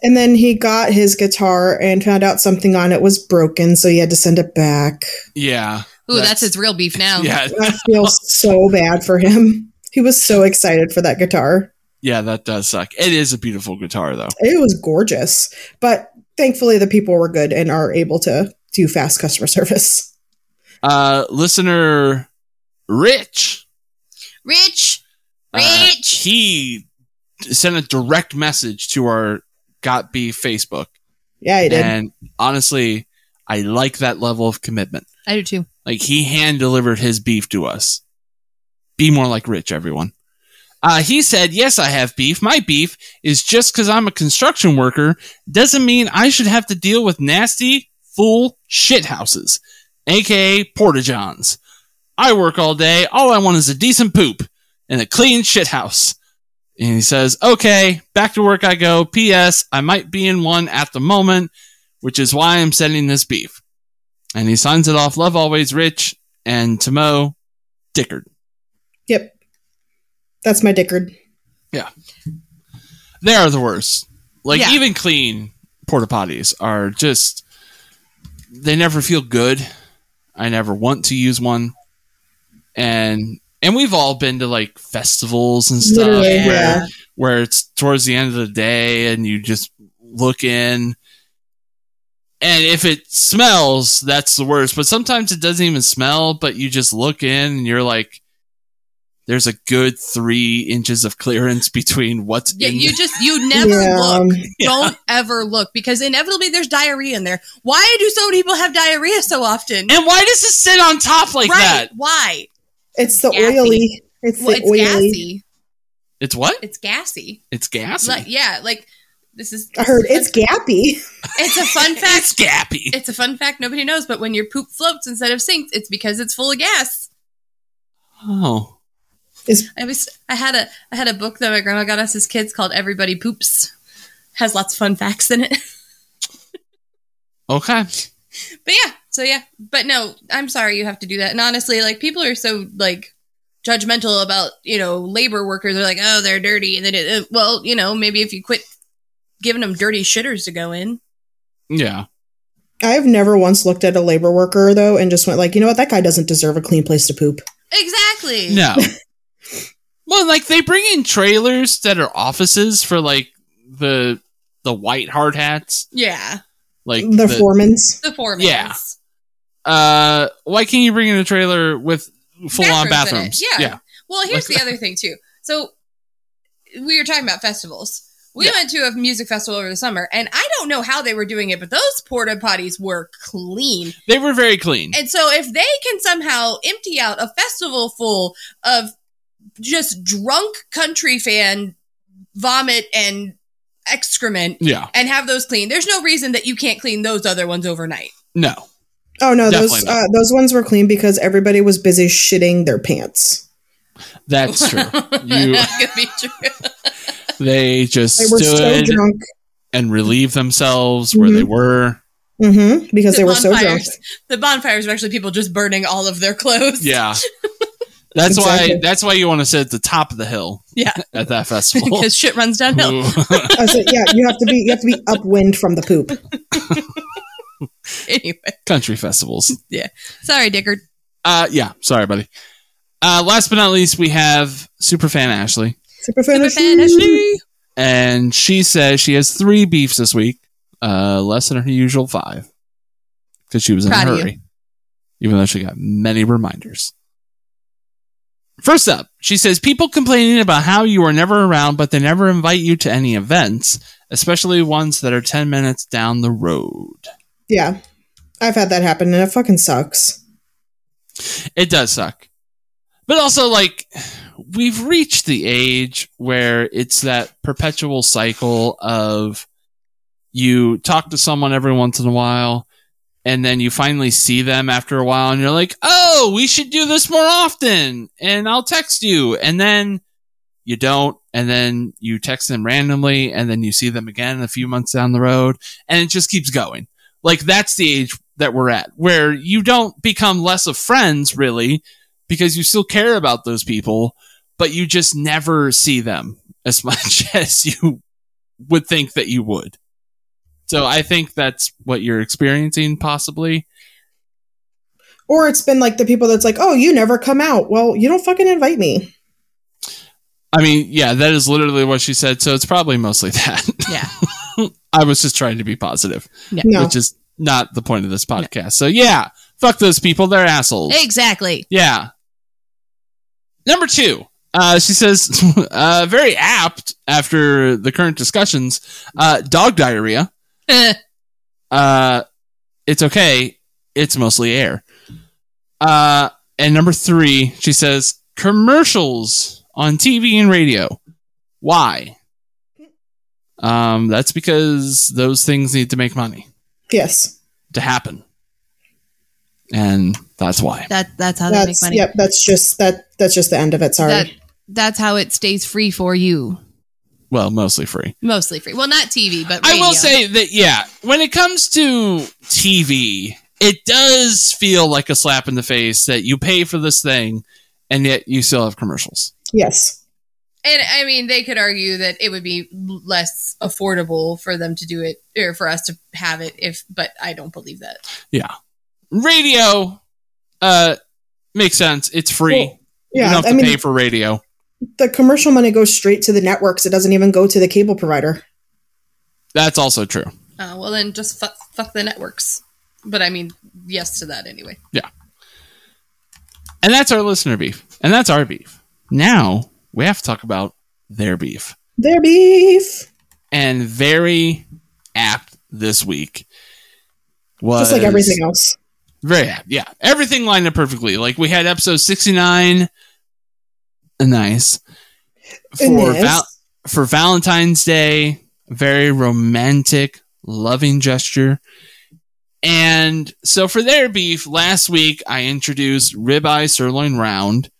Speaker 2: And then he got his guitar and found out something on it was broken, so he had to send it back.
Speaker 1: Yeah,
Speaker 3: Ooh, that's,
Speaker 1: That's-
Speaker 3: his real beef
Speaker 2: Oh.
Speaker 3: now.
Speaker 1: yeah,
Speaker 2: I feel so bad for him. He was so excited for that guitar.
Speaker 1: yeah. That does suck. It is a beautiful guitar though.
Speaker 2: It was gorgeous. But thankfully, the people were good and are able to do fast customer service.
Speaker 1: Uh, listener Rich,
Speaker 3: Rich,
Speaker 1: uh,
Speaker 3: Rich.
Speaker 1: he sent a direct message to our Got Beef Facebook,
Speaker 2: Yeah, he did.
Speaker 1: and honestly, I like that level of commitment.
Speaker 3: I do too.
Speaker 1: Like he hand delivered his beef to us. Be more like Rich, everyone. Uh, he said, "Yes, I have beef. My beef is just because I'm a construction worker doesn't mean I should have to deal with nasty, full shithouses, aka porta johns. I work all day. All I want is a decent poop and a clean shithouse." And he says, "Okay, back to work I go. P.S. I might be in one at the moment, which is why I'm sending this beef." and he signs it off love always rich and timo dickard
Speaker 2: yep. That's my Dickard.
Speaker 1: they are the worst like
Speaker 3: Yeah.
Speaker 1: even clean porta potties are just they never feel good i never want to use one and and we've all been to like festivals and stuff
Speaker 2: Literally,
Speaker 1: where,
Speaker 2: yeah.
Speaker 1: where it's towards the end of the day and you just look in and if it smells that's the worst but sometimes it doesn't even smell but you just look in and you're like there's a good three inches of clearance between what's
Speaker 3: Yeah,
Speaker 1: in
Speaker 3: you just you never
Speaker 2: Yeah,
Speaker 3: look.
Speaker 2: um,
Speaker 1: Yeah.
Speaker 3: Don't ever look because inevitably there's diarrhea in there. Why do so many people have diarrhea so often?
Speaker 1: And why does it sit on top like
Speaker 3: right?
Speaker 1: that?
Speaker 3: Why?
Speaker 2: It's the
Speaker 3: Gassy.
Speaker 2: oily. It's
Speaker 3: Well,
Speaker 2: the
Speaker 3: it's
Speaker 2: oily.
Speaker 3: gassy.
Speaker 1: It's what?
Speaker 3: It's gassy.
Speaker 1: It's gassy.
Speaker 3: Like, yeah, like this is.
Speaker 2: I heard it's gappy.
Speaker 3: It's a fun
Speaker 1: it's
Speaker 3: fact.
Speaker 1: gappy.
Speaker 3: it's a fun fact nobody knows, but when your poop floats instead of sinks, it's because it's full of gas.
Speaker 1: Oh.
Speaker 3: I was I had a I had a book that my grandma got us as kids called Everybody Poops. Has lots of fun facts in it.
Speaker 1: Okay.
Speaker 3: But yeah, so yeah. But no, I'm sorry you have to do that. And honestly, like people are so like judgmental about, you know, labor workers are like, "Oh, they're dirty." And then it, uh, well, you know, maybe if you quit giving them dirty shitters to go in.
Speaker 1: Yeah.
Speaker 2: I've never once looked at a labor worker though and just went like, you know what, that guy doesn't deserve a clean place to poop.
Speaker 3: Exactly.
Speaker 1: No. well, like they bring in trailers that are offices for like the the white hard hats,
Speaker 3: Yeah.
Speaker 1: like
Speaker 2: The, foremans.
Speaker 3: The four
Speaker 1: Yeah.
Speaker 3: minutes.
Speaker 1: uh, why can't you bring in a trailer with full on
Speaker 3: Bathrooms
Speaker 1: bathrooms?
Speaker 3: in it, yeah.
Speaker 1: yeah.
Speaker 3: Well, here's
Speaker 1: Like-
Speaker 3: the other thing too. So we were talking about festivals. We
Speaker 1: Yeah.
Speaker 3: went to a music festival over the summer, and I don't know how they were doing it, but those porta potties were clean.
Speaker 1: They were very clean.
Speaker 3: And so, if they can somehow empty out a festival full of just drunk country fan vomit and excrement
Speaker 1: yeah.
Speaker 3: and have those clean, there's no reason that you can't clean those other ones overnight.
Speaker 1: No.
Speaker 2: Oh no,
Speaker 1: Definitely
Speaker 2: those
Speaker 1: not.
Speaker 2: uh, those ones were clean because everybody was busy shitting their pants.
Speaker 1: That's true. You-
Speaker 3: that could be true.
Speaker 1: they just
Speaker 2: They were so Mm-hmm.
Speaker 1: stood
Speaker 2: drunk.
Speaker 1: and relieved themselves where they were.
Speaker 2: hmm because they were so drunk.
Speaker 3: bonfires- The bonfires were actually people just burning all of their clothes.
Speaker 1: Yeah. That's why
Speaker 2: Exactly.
Speaker 1: that's why you want to sit at the top of the hill
Speaker 3: Yeah.
Speaker 1: at that festival.
Speaker 3: Because shit runs
Speaker 1: Ooh.
Speaker 3: downhill.
Speaker 2: I said, yeah, you have to be you have to be upwind from the poop.
Speaker 3: anyway.
Speaker 1: Country festivals.
Speaker 3: Sorry, Dickard.
Speaker 1: Uh yeah, sorry buddy. Uh last but not least we have superfan Ashley
Speaker 2: Superfan
Speaker 3: Superfan
Speaker 2: Ashley.
Speaker 3: Ashley.
Speaker 1: and she says she has 3 beefs this week, uh less than her usual 5 cuz she was in
Speaker 3: Proud
Speaker 1: a
Speaker 3: of you.
Speaker 1: hurry. Even though she got many reminders. First up, she says people complaining about how you are never around but they never invite you to any events, especially ones that are 10 minutes down the road.
Speaker 2: Yeah. I've had that happen and it fucking sucks.
Speaker 1: It does suck. But also, like, we've reached the age where it's that perpetual cycle of you talk to someone every once in a while, and then you finally see them after a while, and you're like, oh, we should do this more often, and I'll text you. And then you don't, and then you text them randomly, and then you see them again a few months down the road, and it just keeps going like that's the age that we're at where you don't become less of friends really because you still care about those people but you just never see them as much as you would think that you would so i think that's what you're experiencing possibly
Speaker 2: Or it's been like the people that's like, oh, you never come out. Well, you don't fucking invite me.
Speaker 1: i mean yeah that is literally what she said so it's probably mostly that
Speaker 3: Yeah.
Speaker 1: i was just trying to be positive
Speaker 2: No.
Speaker 1: which is not the point of this podcast so yeah fuck those people they're assholes
Speaker 3: Exactly.
Speaker 1: Yeah. Number two, uh, she says, uh, very apt after the current discussions, uh, dog diarrhea. Uh, it's okay. It's mostly air. Uh, and number three, she says, commercials on TV and radio. Why? Um, that's because those things need to make money
Speaker 2: yes.
Speaker 1: to happen. And that's why.
Speaker 4: That that's
Speaker 1: Oh,
Speaker 4: how they make
Speaker 2: That's
Speaker 4: money.
Speaker 2: yep, that's just that that's just the end of it. Sorry.
Speaker 4: That that's how it stays free for you.
Speaker 1: Well, mostly free.
Speaker 4: Mostly free. Well, not TV, but
Speaker 1: I will
Speaker 4: radio.
Speaker 1: say that yeah, when it comes to TV, it does feel like a slap in the face that you pay for this thing and yet you still have commercials.
Speaker 2: yes.
Speaker 3: And I mean, they could argue that it would be less affordable for them to do it or for us to have it if, but I don't believe that.
Speaker 1: Radio uh makes sense. It's free.
Speaker 2: Well,
Speaker 1: you
Speaker 2: Yeah.
Speaker 1: don't have
Speaker 2: I
Speaker 1: to
Speaker 2: mean
Speaker 1: pay for radio.
Speaker 2: the commercial money goes straight to the networks. It doesn't even go to the cable provider.
Speaker 1: That's also true.
Speaker 3: Uh, well, then just fuck, fuck the networks. But I mean, yes to that anyway.
Speaker 1: And that's our listener beef. And that's our beef. Now we have to talk about their beef.
Speaker 2: Their beef.
Speaker 1: And very apt this week. Was
Speaker 2: Just like everything else.
Speaker 1: Very happy. Yeah. Everything lined up perfectly. Like we had episode 69. Nice. For,
Speaker 2: Yes.
Speaker 1: val- for Valentine's Day. Very romantic, loving gesture. And so for their beef, last week I introduced ribeye sirloin round,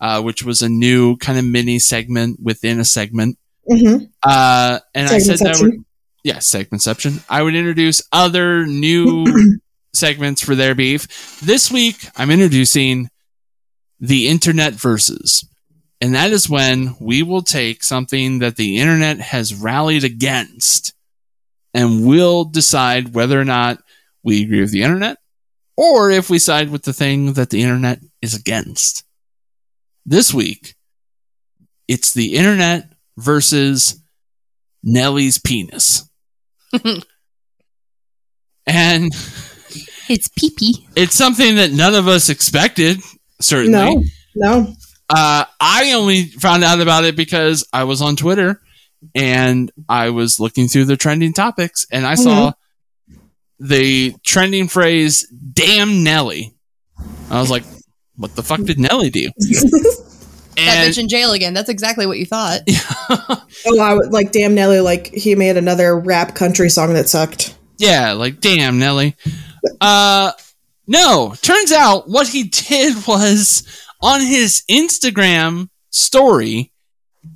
Speaker 1: uh, which was a new kind of mini segment within a segment.
Speaker 2: Mm-hmm.
Speaker 1: Uh, and I said that
Speaker 2: Segmentception.
Speaker 1: would, yeah, segmentception. I would introduce other new segments for their beef. This week, I'm introducing the internet versus. And that is when we will take something that the internet has rallied against and we'll decide whether or not we agree with the internet or if we side with the thing that the internet is against. This week, it's the internet versus Nelly's penis. and
Speaker 3: It's pee pee.
Speaker 1: it's something that none of us expected, certainly.
Speaker 2: No, no.
Speaker 1: Uh, I only found out about it because I was on Twitter and I was looking through the trending topics and I saw the trending phrase, damn Nelly. I was like, what the fuck did Nelly do?
Speaker 3: That
Speaker 1: And
Speaker 3: bitch in jail again. That's exactly what you thought.
Speaker 2: oh, I would, like damn Nelly. Like he made another rap country song that sucked.
Speaker 1: yeah, like, damn Nelly. Uh, no, turns out what he did was on his Instagram story,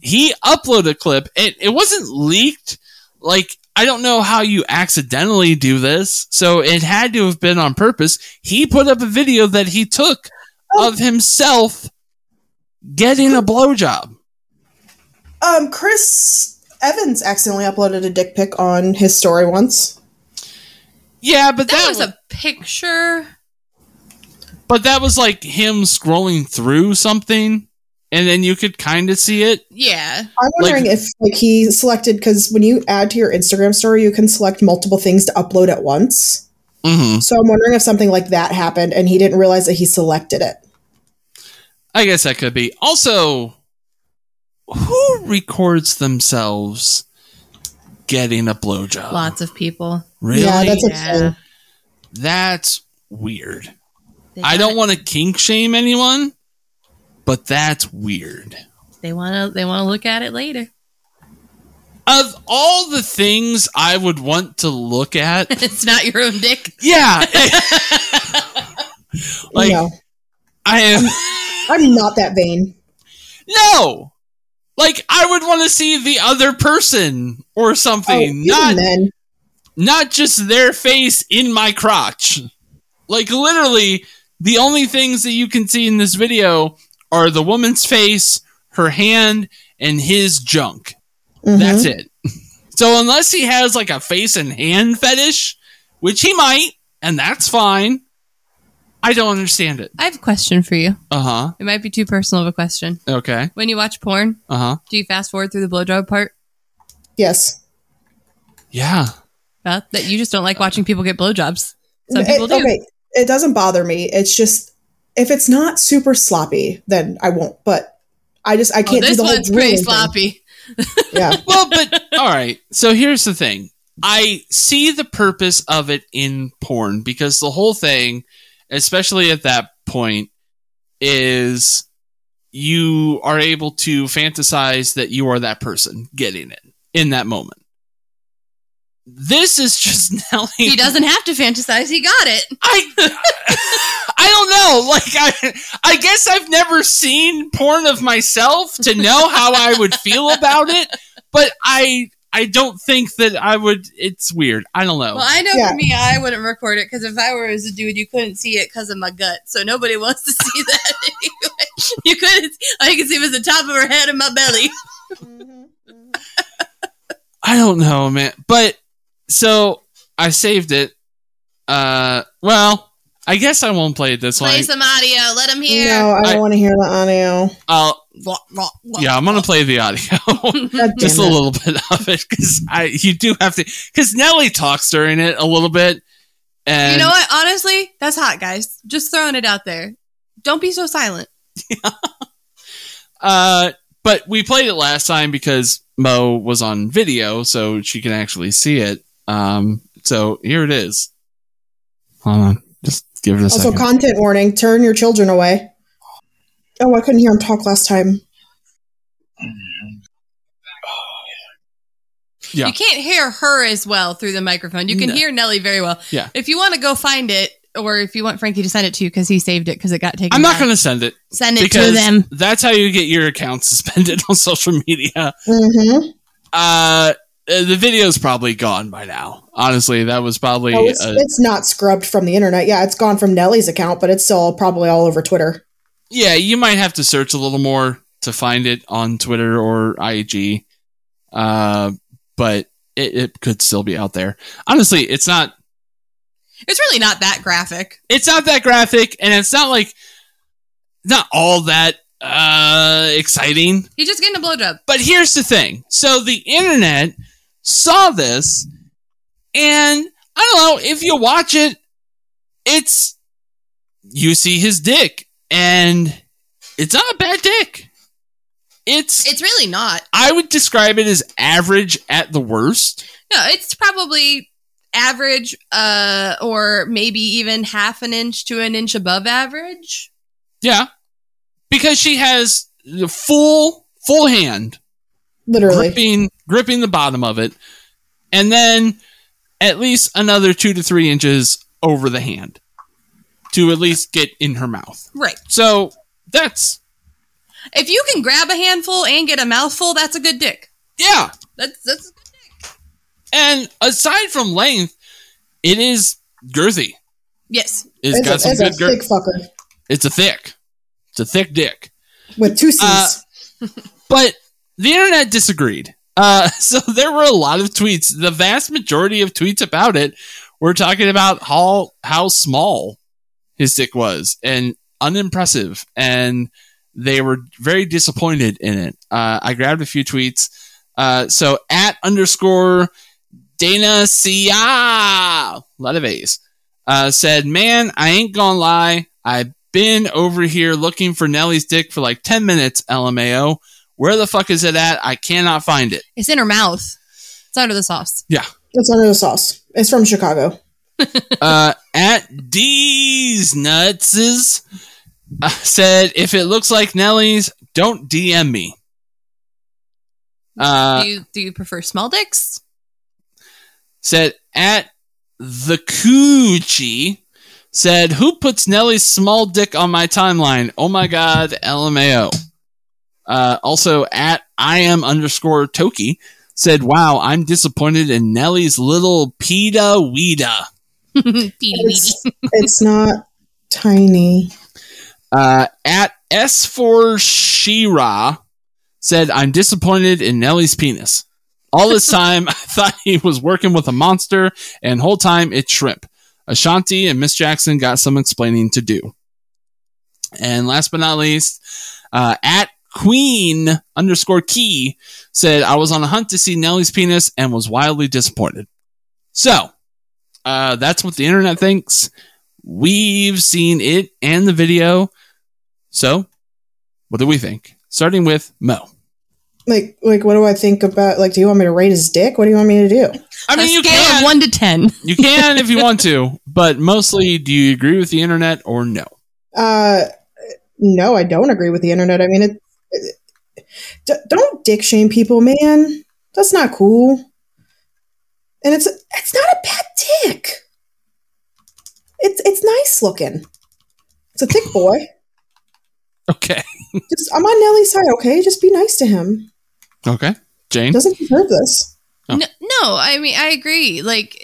Speaker 1: he uploaded a clip. It, it wasn't leaked. Like, I don't know how you accidentally do this. So it had to have been on purpose. He put up a video that he took of himself getting a blowjob.
Speaker 2: Um, Chris Evans accidentally uploaded a dick pic on his story once.
Speaker 1: Yeah, but
Speaker 5: That
Speaker 1: that,
Speaker 5: was a picture.
Speaker 1: but that was like him scrolling through something and then you could kind of see it.
Speaker 5: Yeah.
Speaker 2: I'm wondering if like he selected because when you add to your Instagram story, you can select multiple things to upload at once.
Speaker 1: Mhm.
Speaker 2: So I'm wondering if something like that happened and he didn't realize that he selected it.
Speaker 1: I guess that could be. Also, who records themselves getting a blowjob?
Speaker 3: Lots of people.
Speaker 1: Really?
Speaker 2: Yeah, that's a
Speaker 3: Yeah.
Speaker 2: thing.
Speaker 1: That's weird.
Speaker 3: They
Speaker 1: I don't
Speaker 3: want.
Speaker 1: want to kink shame anyone, but that's weird.
Speaker 3: They want to. They want to look at it later.
Speaker 1: Of all the things I would want to look at,
Speaker 3: It's not your own dick.
Speaker 1: yeah. like
Speaker 2: no,
Speaker 1: I am
Speaker 2: I'm not that vain.
Speaker 1: No. Like I would want to see the other person or
Speaker 2: Oh,
Speaker 1: something,
Speaker 2: even
Speaker 1: not
Speaker 2: then,
Speaker 1: not just their face in my crotch. Like literally the only things that you can see in this video are the woman's face, her hand, and his junk.
Speaker 2: Mm-hmm.
Speaker 1: That's it. So unless he has like a face and hand fetish, which he might, and that's fine. I don't understand it.
Speaker 3: I have a question for you.
Speaker 1: Uh-huh.
Speaker 3: It might be too personal of a question.
Speaker 1: Okay.
Speaker 3: When you watch porn,
Speaker 1: Uh-huh.
Speaker 3: do you fast forward through the blowjob part?
Speaker 2: yes.
Speaker 1: Yeah.
Speaker 3: Beth, that you just don't like watching people get blowjobs. Some
Speaker 2: It-
Speaker 3: people do.
Speaker 2: Okay, it doesn't bother me. It's just if it's not super sloppy, then I won't. But I just I
Speaker 3: Oh,
Speaker 2: can't do
Speaker 3: this
Speaker 2: the whole
Speaker 3: one's pretty
Speaker 2: drooling thing.
Speaker 3: sloppy.
Speaker 2: Yeah,
Speaker 1: well, but all right. So here's the thing. I see the purpose of it in porn because the whole thing, especially at that point, is you are able to fantasize that you are that person getting it in that moment. This is just Nelly.
Speaker 5: He doesn't have to fantasize. He got it.
Speaker 1: I I don't know. Like I I guess I've never seen porn of myself to know how I would feel about it, but I I don't think that I would it's weird. I don't know.
Speaker 5: Well, I know
Speaker 2: Yeah.
Speaker 5: for me, I wouldn't record it because if I were as a dude, you couldn't see it because of my gut. So nobody wants to see that. anyway. You couldn't. I could see it was the top of her head and my belly.
Speaker 1: I don't know, man. But so I saved it. Uh well, I guess I won't play it this
Speaker 5: Play
Speaker 1: way.
Speaker 5: some audio. Let them hear.
Speaker 2: no, I don't
Speaker 1: I-
Speaker 2: want to hear the audio.
Speaker 1: I'll
Speaker 5: Wah, wah, wah.
Speaker 1: yeah, I'm gonna play the audio.
Speaker 2: God damn
Speaker 1: just a
Speaker 2: it.
Speaker 1: little bit of it because I you do have to because Nelly talks during it a little bit. And
Speaker 5: You know what? Honestly, that's hot, guys. Just throwing it out there. Don't be so silent.
Speaker 1: Uh, but we played it last time because Mo was on video, so she can actually see it. Um, so here it is. Hold on, just give it a
Speaker 2: Also,
Speaker 1: second.
Speaker 2: content warning: turn your children away. Oh, I couldn't hear him talk last time.
Speaker 1: Yeah.
Speaker 5: You can't hear her as well through the microphone. You can
Speaker 1: No.
Speaker 5: hear Nelly very well.
Speaker 1: Yeah.
Speaker 5: If you want to go find it,
Speaker 6: or if you want Frankie to send it to you because he saved it because it got taken.
Speaker 1: I'm not
Speaker 6: down.
Speaker 1: going to send it
Speaker 6: send it to
Speaker 1: because
Speaker 6: them.
Speaker 1: that's how you get your account suspended on social media.
Speaker 2: Mm-hmm.
Speaker 1: Uh, uh, the video's probably gone by now. Honestly, that was probably
Speaker 2: Oh, it's,
Speaker 1: uh,
Speaker 2: it's not scrubbed from the internet. Yeah, it's gone from Nellie's account, but it's still probably all over Twitter.
Speaker 1: yeah. You might have to search a little more to find it on Twitter or IG, uh, but it, it could still be out there. Honestly, it's not
Speaker 6: It's really not that graphic.
Speaker 1: it's not that graphic and it's not like not all that uh exciting
Speaker 3: He's just getting a blowjob.
Speaker 1: but here's the thing so the internet saw this and i don't know if you watch it it's you see his dick and it's not a bad dick it's
Speaker 6: It's really not.
Speaker 1: i would describe it as average at the worst
Speaker 3: No, it's probably average, uh, or maybe even half an inch to an inch above average.
Speaker 1: yeah because she has the full full hand
Speaker 2: Literally.
Speaker 1: gripping gripping the bottom of it, and then at least another two to three inches over the hand to at least get in her mouth.
Speaker 3: Right.
Speaker 1: So that's
Speaker 3: If you can grab a handful and get a mouthful, that's a good dick.
Speaker 1: yeah.
Speaker 3: That's that's
Speaker 1: And aside from length, it is girthy.
Speaker 3: yes.
Speaker 1: It's
Speaker 2: It's,
Speaker 1: got
Speaker 2: a,
Speaker 1: some
Speaker 2: it's a
Speaker 1: good girth.
Speaker 2: thick fucker
Speaker 1: It's a thick. It's a thick dick.
Speaker 2: with two C's.
Speaker 1: Uh, But the internet disagreed. Uh, so there were a lot of tweets. The vast majority of tweets about it were talking about how how small his dick was and unimpressive, and they were very disappointed in it. Uh, I grabbed a few tweets. Uh, so at underscore Dana Cia, a lot of A's, uh, said, "Man, I ain't gonna lie. I've been over here looking for Nelly's dick for like ten minutes. LMAO." Where the fuck is it at? I cannot find it.
Speaker 6: It's in her mouth. It's under the sauce.
Speaker 2: it's under the sauce. It's from Chicago.
Speaker 1: Uh, at D's Nutses uh, said, if it looks like Nelly's, don't DM me. Uh,
Speaker 3: do you do you prefer small dicks?
Speaker 1: said at the Coochie said, Who puts Nelly's small dick on my timeline? Oh my god, LMAO. Uh, also at I am underscore Toki said, Wow, I'm disappointed in Nelly's little pita weeda.
Speaker 2: It's, it's not tiny.
Speaker 1: Uh, at S4 Shira said, I'm disappointed in Nelly's penis. All this time, I thought he was working with a monster, and whole time it's shrimp. Ashanti and Miss Jackson got some explaining to do. And last but not least, uh, at Queen underscore Key said, I was on a hunt to see Nelly's penis and was wildly disappointed. So, uh, that's what the internet thinks. We've seen it and the video. So, what do we think? Starting with Mo.
Speaker 2: Like, like, what do I think about? Like, do you want me to rate his dick? What do you want me to do?
Speaker 1: I mean,
Speaker 6: a
Speaker 1: you
Speaker 6: scale
Speaker 1: can,
Speaker 6: of one to ten.
Speaker 1: you can if you want to, but mostly, do you agree with the internet or no?
Speaker 2: Uh, no, I don't agree with the internet. I mean, it, it- d- don't dick shame people, man. That's not cool. And it's it's not a bad dick. It's it's nice looking. It's a thick boy.
Speaker 1: Okay.
Speaker 2: Just I'm on Nelly's side, okay? Just be nice to him.
Speaker 1: Okay. Jane.
Speaker 2: Doesn't deserve this.
Speaker 1: Oh.
Speaker 3: No, no, I mean I agree. Like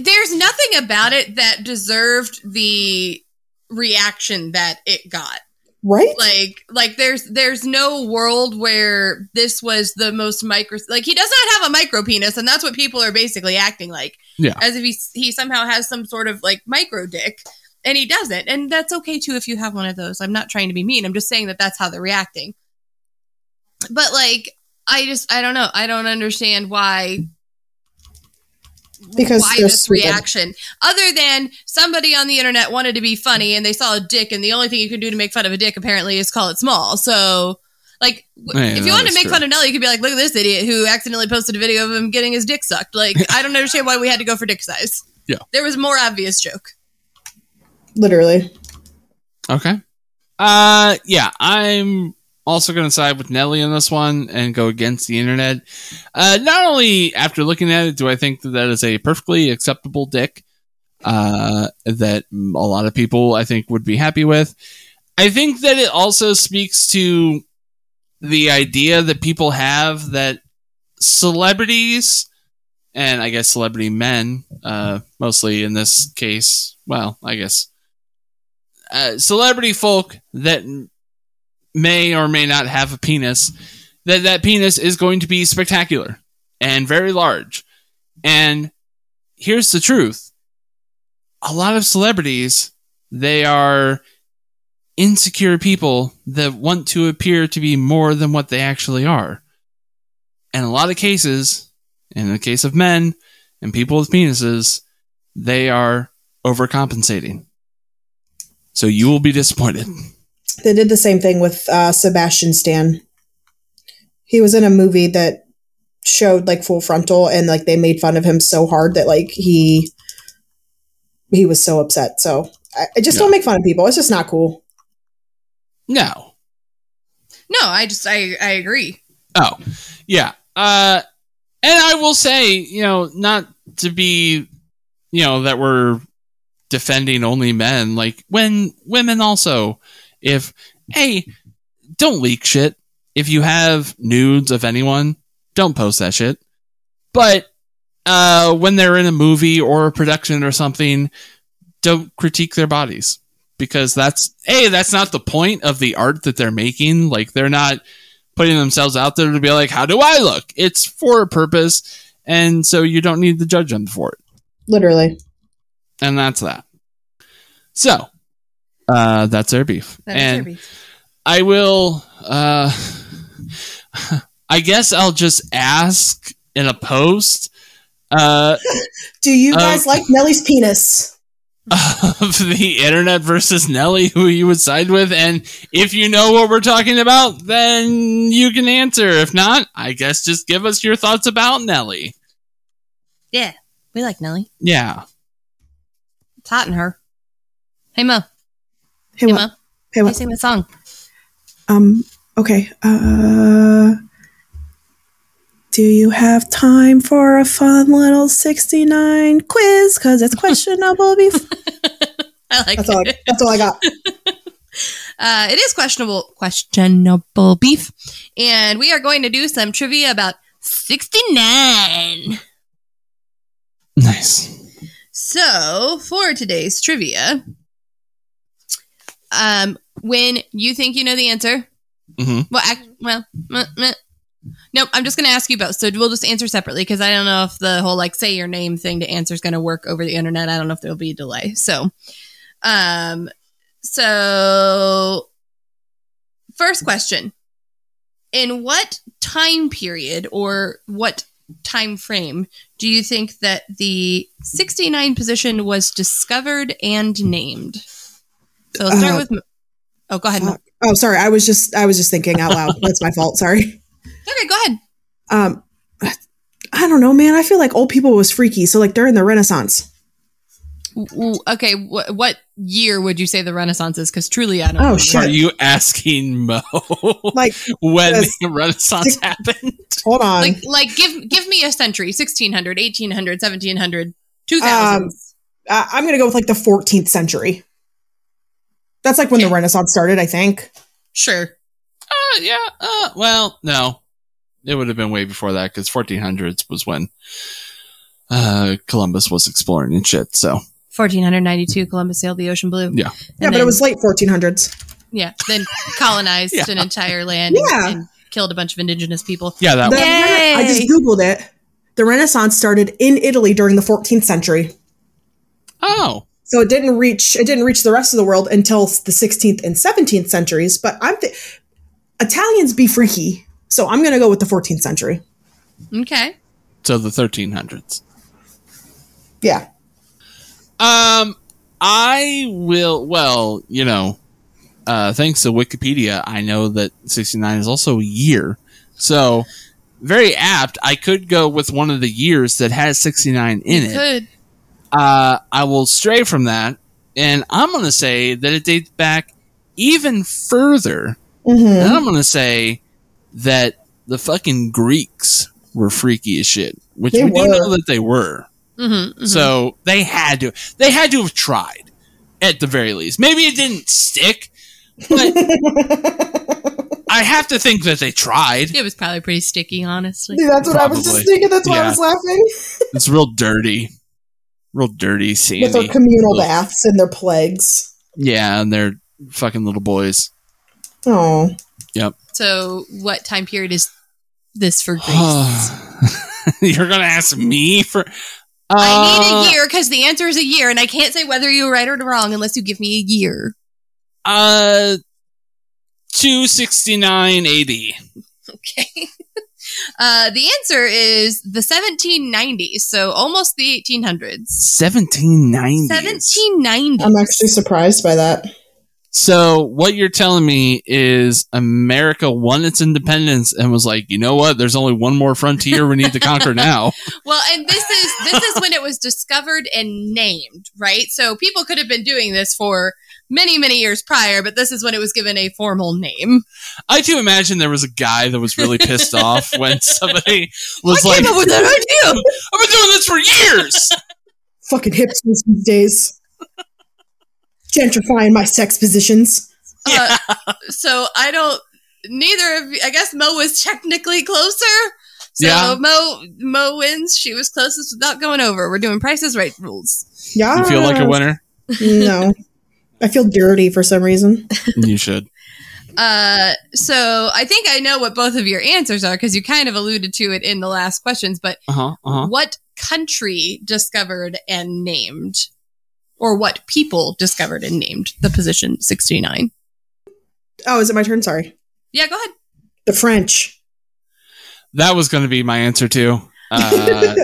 Speaker 3: there's nothing about it that deserved the reaction that it got.
Speaker 2: Right?
Speaker 3: like like there's there's no world where this was the most micro like he does not have a micro penis and that's what people are basically acting like
Speaker 1: Yeah.
Speaker 3: as if he he somehow has some sort of like micro dick and he doesn't and that's okay too if you have one of those i'm not trying to be mean i'm just saying that that's how they're reacting but like i just i don't know i don't understand why
Speaker 2: Because
Speaker 3: why
Speaker 2: they're
Speaker 3: this
Speaker 2: stupid.
Speaker 3: reaction other than somebody on the internet wanted to be funny and they saw a dick and the only thing you can do to make fun of a dick apparently is call it small so like w
Speaker 1: Yeah,
Speaker 3: if you
Speaker 1: that
Speaker 3: wanted to
Speaker 1: is
Speaker 3: make
Speaker 1: true.
Speaker 3: fun of nelly you could be like look at this idiot who accidentally posted a video of him getting his dick sucked like i don't understand why we had to go for dick size
Speaker 1: Yeah.
Speaker 3: there was a more obvious joke
Speaker 2: Literally.
Speaker 1: Okay. Uh, yeah, I'm also going to side with Nelly on this one and go against the internet. Uh, not only after looking at it, do I think that that is a perfectly acceptable dick. uh, that a lot of people I think would be happy with. I think that it also speaks to the idea that people have that celebrities and I guess celebrity men, uh, mostly in this case, well, I guess uh, celebrity folk that m- may or may not have a penis, that that penis is going to be spectacular and very large. And here's the truth: a lot of celebrities they are insecure people that want to appear to be more than what they actually are. In a lot of cases, in the case of men and people with penises, they are overcompensating. So you will be disappointed.
Speaker 2: They did the same thing with uh, Sebastian Stan. He was in a movie that showed like full frontal, and like they made fun of him so hard that like he he was so upset. So I, I just don't
Speaker 1: Yeah.
Speaker 2: make fun of people. It's just not cool.
Speaker 1: No.
Speaker 3: No, I just I I agree.
Speaker 1: Oh, yeah. Uh, and I will say, you know, not to be, you know, that we're defending only men. Like when women also, if hey, don't leak shit. If you have nudes of anyone, don't post that shit. But uh, when they're in a movie or a production or something, don't critique their bodies because that's hey, that's not the point of the art that they're making. Like they're not putting themselves out there to be like, how do I look? It's for a purpose. And so you don't need to judge them for it.
Speaker 2: Literally.
Speaker 1: And that's that. So, uh, that's their beef.
Speaker 3: That is
Speaker 1: and
Speaker 3: your beef.
Speaker 1: I will, uh, I guess I'll just ask in a post, uh,
Speaker 2: Do you
Speaker 1: Um,
Speaker 2: guys like Nelly's penis?
Speaker 1: of the internet versus Nelly, who you would side with. And if you know what we're talking about, then you can answer. If not, I guess just give us your thoughts about Nelly.
Speaker 3: Yeah, we like Nelly.
Speaker 1: Yeah.
Speaker 3: It's hot in her. Hey Mo,
Speaker 2: Hey,
Speaker 3: hey
Speaker 2: what-
Speaker 3: Mo,
Speaker 2: hey,
Speaker 3: I
Speaker 2: what-
Speaker 3: sing the song.
Speaker 2: Um, okay. Uh, do you have time for a fun little 69 quiz? Because it's questionable. Bef-
Speaker 3: I like
Speaker 2: that's, all I,
Speaker 3: it.
Speaker 2: that's all I got.
Speaker 3: Uh, it is questionable, questionable beef, and we are going to do some trivia about sixty nine.
Speaker 1: Nice.
Speaker 3: So, for today's trivia, um, when you think you know the answer,
Speaker 1: Mhm.
Speaker 3: well, ac well, meh, meh. no, I'm just going to ask you both. So we'll just answer separately because I don't know if the whole like say your name thing to answer is going to work over the internet. I don't know if there'll be a delay. So, um, so first question: In what time period or what time frame do you think that the 69 position was discovered and named? So I'll start
Speaker 2: Uh,
Speaker 3: with. Oh, go ahead. Mo.
Speaker 2: Fuck. Oh, sorry. I was just I was just thinking out loud. That's my fault. Sorry.
Speaker 3: Okay, go ahead.
Speaker 2: Um, I don't know, man. I feel like old people was freaky. So like during the Renaissance.
Speaker 3: Ooh, okay, wh- what year would you say the Renaissance is? Because truly, I don't.
Speaker 2: Oh
Speaker 3: know.
Speaker 1: Are
Speaker 2: shit.
Speaker 1: you asking Mo
Speaker 2: Like
Speaker 1: when
Speaker 2: yes.
Speaker 1: the Renaissance happened?
Speaker 2: hold on.
Speaker 3: Like, like, give give me a century: 1600, 1800, 1700, 2000.
Speaker 2: Um, I, I'm gonna go with like the 14th century. That's like when the Renaissance started. I think.
Speaker 3: sure.
Speaker 1: Uh, yeah. Uh, well, no, it would have been way before that because 1400s was when uh, Columbus was exploring and shit. So
Speaker 3: 1492, Columbus sailed the ocean blue.
Speaker 1: Yeah.
Speaker 2: Yeah, but it was late 1400s.
Speaker 3: yeah. Then colonized
Speaker 1: Yeah.
Speaker 3: an entire land. and-
Speaker 2: Yeah.
Speaker 3: And, killed a bunch of indigenous people.
Speaker 1: yeah, that
Speaker 2: The
Speaker 1: was,
Speaker 2: Rena- I just
Speaker 3: Yay.
Speaker 2: googled it. The Renaissance started in Italy during the 14th century,
Speaker 1: oh
Speaker 2: so it didn't reach it didn't reach the rest of the world until s- the 16th and 17th centuries. But I'm th- Italians be freaky, so I'm gonna go with the 14th century.
Speaker 3: Okay.
Speaker 1: so the 1300s.
Speaker 2: Yeah,
Speaker 1: Um, I will. Well, you know, uh, thanks to Wikipedia, I know that 69 is also a year. So very apt. I could go with one of the years that has 69 in it.
Speaker 3: Good.
Speaker 1: uh, I will stray from that, and I'm going to say that it dates back even further.
Speaker 3: Mm-hmm.
Speaker 1: And I'm going to say that the fucking Greeks were freaky as shit, which
Speaker 2: They
Speaker 1: we do
Speaker 2: were.
Speaker 1: know that they were.
Speaker 3: Mm-hmm,
Speaker 1: So they had to they had to have tried at the very least. Maybe it didn't stick, but I have to think that they tried.
Speaker 3: it was probably pretty sticky, honestly.
Speaker 2: That's what I was just
Speaker 1: Probably.
Speaker 2: thinking. That's why I was laughing.
Speaker 1: It's real dirty. Real dirty Sandy.
Speaker 2: With their communal
Speaker 1: Ugh.
Speaker 2: baths and their plagues.
Speaker 1: Yeah, and they're fucking little boys.
Speaker 2: Oh,
Speaker 3: So, what time period is this for Greece?
Speaker 1: You're gonna ask me for
Speaker 3: I
Speaker 1: Uh,
Speaker 3: need a year because the answer is a year, and I can't say whether you're right or wrong unless you give me a year.
Speaker 1: Uh, 269 AD.
Speaker 3: Okay. Uh, the answer is the 1790s, so almost the 1800s.
Speaker 1: 1790.
Speaker 3: 1790.
Speaker 1: Um,
Speaker 2: I'm actually surprised by that.
Speaker 1: So, what you're telling me is America won its independence and was like, you know what? There's only one more frontier we need to conquer now.
Speaker 3: Well, and this is this is when it was discovered and named, right? So people could have been doing this for many, many years prior, but this is when it was given a formal name.
Speaker 1: I do imagine there was a guy that was really pissed off when somebody was
Speaker 3: I
Speaker 1: like,
Speaker 3: came up
Speaker 1: I've
Speaker 3: with that idea.
Speaker 1: been doing this for years.
Speaker 2: Fucking hipsters these days. Gentrifying my sex positions.
Speaker 1: Yeah.
Speaker 3: Uh, so I don't. Neither of you- I guess Mo was technically closer. So
Speaker 1: Yeah.
Speaker 3: Mo Mo wins. She was closest without going over. We're doing prices right rules.
Speaker 2: Yeah.
Speaker 1: You feel like a winner?
Speaker 2: No. I feel dirty for some reason.
Speaker 1: You should.
Speaker 3: Uh, so I think I know what both of your answers are because you kind of alluded to it in the last questions, but
Speaker 1: Uh huh. Uh huh.
Speaker 3: what country discovered and named or what people discovered and named the position 69
Speaker 2: Oh, is it my turn? Sorry.
Speaker 3: yeah go ahead
Speaker 2: The French.
Speaker 1: That was going to be my answer, too. Uh,
Speaker 2: I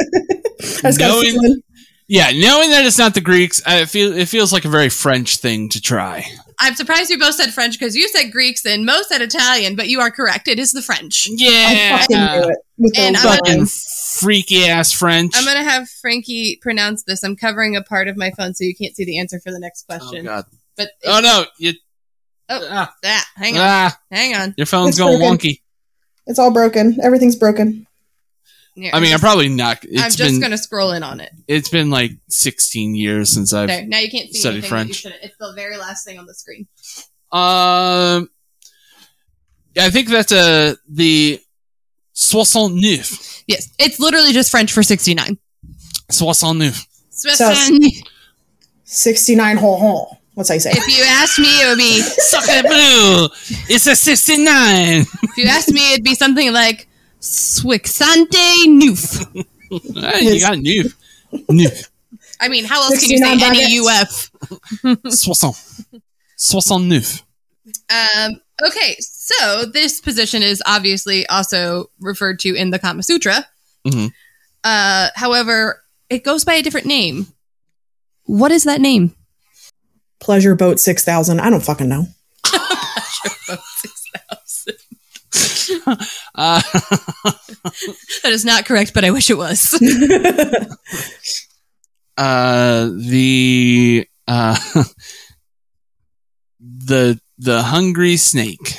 Speaker 2: just got a
Speaker 1: Knowing-
Speaker 2: feeling.
Speaker 1: Yeah, knowing that it's not the Greeks, I feel it feels like a very French thing to try.
Speaker 3: i'm surprised you both said french because you said greeks and mo said italian but you are correct it is the french
Speaker 1: Yeah,
Speaker 2: I fucking knew it. With
Speaker 3: And
Speaker 2: those
Speaker 3: I'm
Speaker 1: fucking
Speaker 2: lines.
Speaker 1: freaky ass French.
Speaker 3: i'm gonna have frankie pronounce this i'm covering a part of my phone so you can't see the answer for the next
Speaker 1: oh
Speaker 3: question
Speaker 1: god!
Speaker 3: but
Speaker 1: Oh no! You,
Speaker 3: Oh,
Speaker 1: ah,
Speaker 3: ah, hang on
Speaker 1: ah,
Speaker 3: hang on
Speaker 1: your phone's
Speaker 2: It's
Speaker 1: going
Speaker 2: broken.
Speaker 1: wonky.
Speaker 2: It's all broken. Everything's broken.
Speaker 3: Here,
Speaker 1: I mean, I'm
Speaker 3: just-
Speaker 1: probably not. It's
Speaker 3: I'm just
Speaker 1: been
Speaker 3: gonna scroll in on it
Speaker 1: it's been like 16 years since I've
Speaker 3: there now you can't see
Speaker 1: studied
Speaker 3: anything but you
Speaker 1: French.
Speaker 3: shouldn't. it's the very last thing on the screen
Speaker 1: um. I think that's uh the 69.
Speaker 3: yes it's literally just french for 69
Speaker 1: 69.
Speaker 2: Sixty-nine whole whole. What's I say?
Speaker 3: If you asked me, it would be.
Speaker 1: Sacre bleu! It's a 69.
Speaker 3: If you asked me, it'd be something like Swixante Noof.
Speaker 1: Hey, you
Speaker 2: Yes.
Speaker 1: got new. New.
Speaker 3: I mean, how else can you say
Speaker 2: 69 baguettes.
Speaker 3: any UF?
Speaker 1: 60. 69.
Speaker 3: Um, okay, so this position is obviously also referred to in the Kama Sutra.
Speaker 1: Mhm.
Speaker 3: Uh, however, it goes by a different name. What is that name?
Speaker 2: Pleasure boat six thousand. I don't fucking know.
Speaker 1: Uh,
Speaker 3: That is not correct, but I wish it was.
Speaker 1: uh, the uh, the the hungry snake,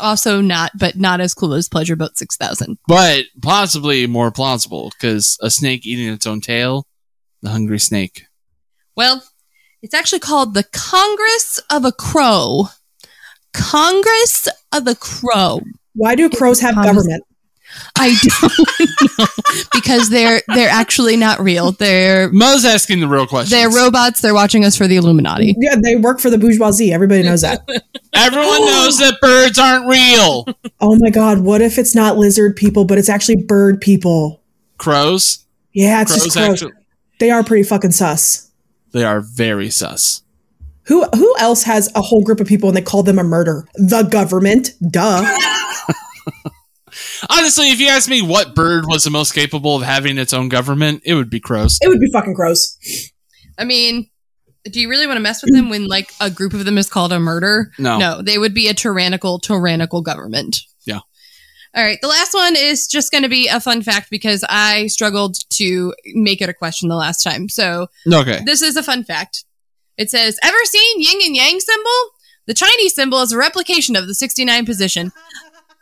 Speaker 3: also not, but not as cool as Pleasure Boat 6000.
Speaker 1: but possibly more plausible because a snake eating its own tail, the hungry snake.
Speaker 3: Well, it's actually called the Congress of a Crow. Congress of a Crow.
Speaker 2: Why do crows have
Speaker 3: Thomas-
Speaker 2: government?
Speaker 3: I don't know because they're they're actually not real. They're
Speaker 1: Mo's asking the real question.
Speaker 3: they're robots. They're watching us for the Illuminati.
Speaker 2: Yeah, they work for the bourgeoisie. Everybody knows that.
Speaker 1: Everyone knows that birds aren't real.
Speaker 2: oh my god, what if it's not lizard people, but it's actually bird people?
Speaker 1: Crows,
Speaker 2: Yeah, it's
Speaker 1: crows
Speaker 2: just crows.
Speaker 1: actually,
Speaker 2: they are pretty fucking sus.
Speaker 1: they are very sus.
Speaker 2: Who who else has a whole group of people and they call them a murder? The government, duh.
Speaker 1: Honestly, if you ask me what bird was the most capable of having its own government, it would be crows.
Speaker 2: it would be fucking crows.
Speaker 3: I mean, do you really want to mess with them when like a group of them is called a murder?
Speaker 1: No.
Speaker 3: no, they would be a tyrannical, tyrannical government.
Speaker 1: Yeah.
Speaker 3: All right. The last one is just going to be a fun fact because I struggled to make it a question the last time. So
Speaker 1: Okay.
Speaker 3: This is a fun fact. It says, "Ever seen yin and yang symbol? The Chinese symbol is a replication of the 69 position."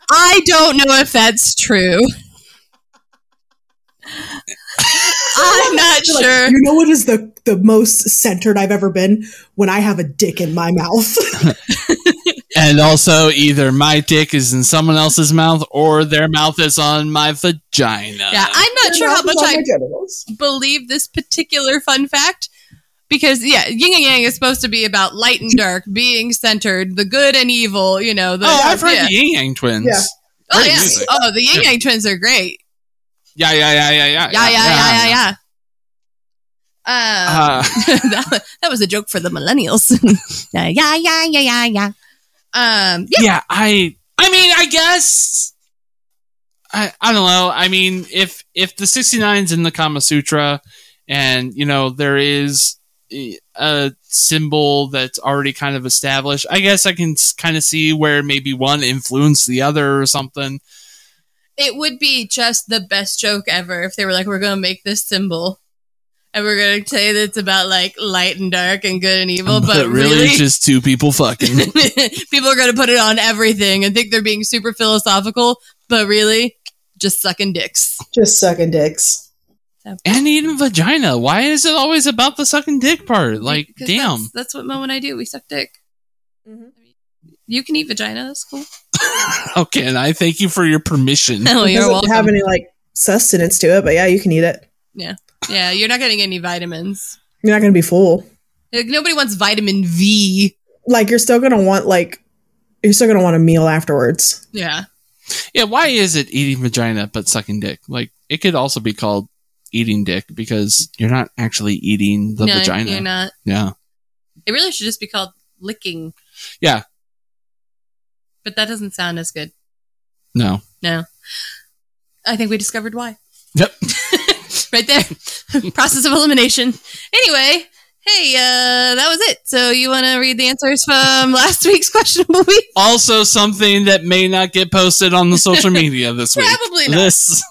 Speaker 3: I don't know if that's true. I'm not
Speaker 2: Like,
Speaker 3: sure.
Speaker 2: You know what is the the most centered I've ever been when I have a dick in my mouth.
Speaker 1: And also, either my dick is in someone else's mouth or their mouth is on my vagina.
Speaker 3: Yeah, I'm not sure how much
Speaker 2: On
Speaker 3: I
Speaker 2: my genitals.
Speaker 3: believe this particular fun fact because yeah, yin and yang is supposed to be about light and dark, being centered, the good and evil. You know, the
Speaker 1: oh, I've heard
Speaker 3: yeah.
Speaker 1: the Yin Yang Twins.
Speaker 2: Yeah.
Speaker 3: oh
Speaker 1: great
Speaker 3: yeah,
Speaker 1: music.
Speaker 3: oh the yin yang twins are great.
Speaker 1: Yeah, yeah, yeah, yeah, yeah.
Speaker 3: Yeah, yeah, yeah, yeah, yeah.
Speaker 5: Um,
Speaker 3: Uh,
Speaker 1: Uh,
Speaker 3: that, that was a joke for the millennials. yeah, yeah, yeah, yeah, yeah, yeah. Um, yeah,
Speaker 1: yeah. I. I mean, I guess. I, I don't know. I mean, if if the 69's in the Kama Sutra, and you know there is eh, a symbol that's already kind of established, I guess I can kind of see where maybe one influenced the other or something.
Speaker 5: It would be just the best joke ever if they were like, we're going to make this symbol. And we're going to say that it's about like light and dark and good and evil, but, really,
Speaker 1: it's just two people fucking.
Speaker 5: people are going to put it on everything and think they're being super philosophical, but really, just sucking dicks.
Speaker 2: Just sucking dicks.
Speaker 1: and eating vagina. Why is it always about the sucking dick part? Like,
Speaker 5: 'Cause
Speaker 1: damn.
Speaker 5: That's, that's what Mo and I do. We suck dick.
Speaker 3: Mm-hmm.
Speaker 5: You can eat vagina. That's cool.
Speaker 1: Okay, and I thank you for your permission.
Speaker 5: Oh,
Speaker 2: it
Speaker 5: you're
Speaker 2: doesn't
Speaker 5: welcome.
Speaker 2: have any like sustenance to it, but yeah, you can eat it.
Speaker 5: yeah, you're not getting any vitamins.
Speaker 2: You're not gonna be full.
Speaker 5: Like, nobody wants vitamin V.
Speaker 2: Like you're still gonna want like you're still gonna want a meal afterwards.
Speaker 5: Yeah.
Speaker 1: Yeah, why is it eating vagina but sucking dick? Like, it could also be called eating dick because you're not actually eating the
Speaker 5: no,
Speaker 1: vagina.
Speaker 5: You're not.
Speaker 1: Yeah.
Speaker 5: It really should just be called licking.
Speaker 1: Yeah.
Speaker 5: But that doesn't sound as good.
Speaker 1: No.
Speaker 5: I think we discovered why.
Speaker 1: Yep.
Speaker 5: right there. Process of elimination. Anyway, hey, uh, that was it. So you want to read the answers from last week's questionable week?
Speaker 1: Also, something that may not get posted on the social media this week.
Speaker 5: Probably not.
Speaker 1: This.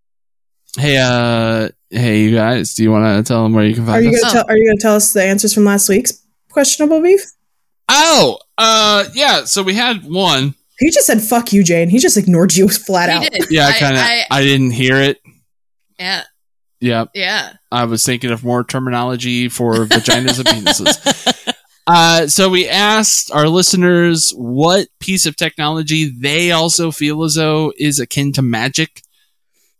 Speaker 1: hey, uh, hey, you guys, do you want to tell them where you can find
Speaker 2: Are you
Speaker 1: us?
Speaker 2: gonna
Speaker 5: Oh.
Speaker 2: tell are you gonna tell us the answers from last week's questionable beef?
Speaker 1: oh, uh, yeah. So we had one.
Speaker 2: He just said fuck you, Jane. He just ignored you flat
Speaker 5: You
Speaker 2: out.
Speaker 5: did.
Speaker 1: Yeah, I kind of.
Speaker 5: I-
Speaker 1: I didn't hear it.
Speaker 5: Yeah,
Speaker 1: Yeah,
Speaker 5: yeah.
Speaker 1: I was thinking of more terminology for vaginas and penises. Uh, so we asked our listeners what piece of technology they also feel as though is akin to magic,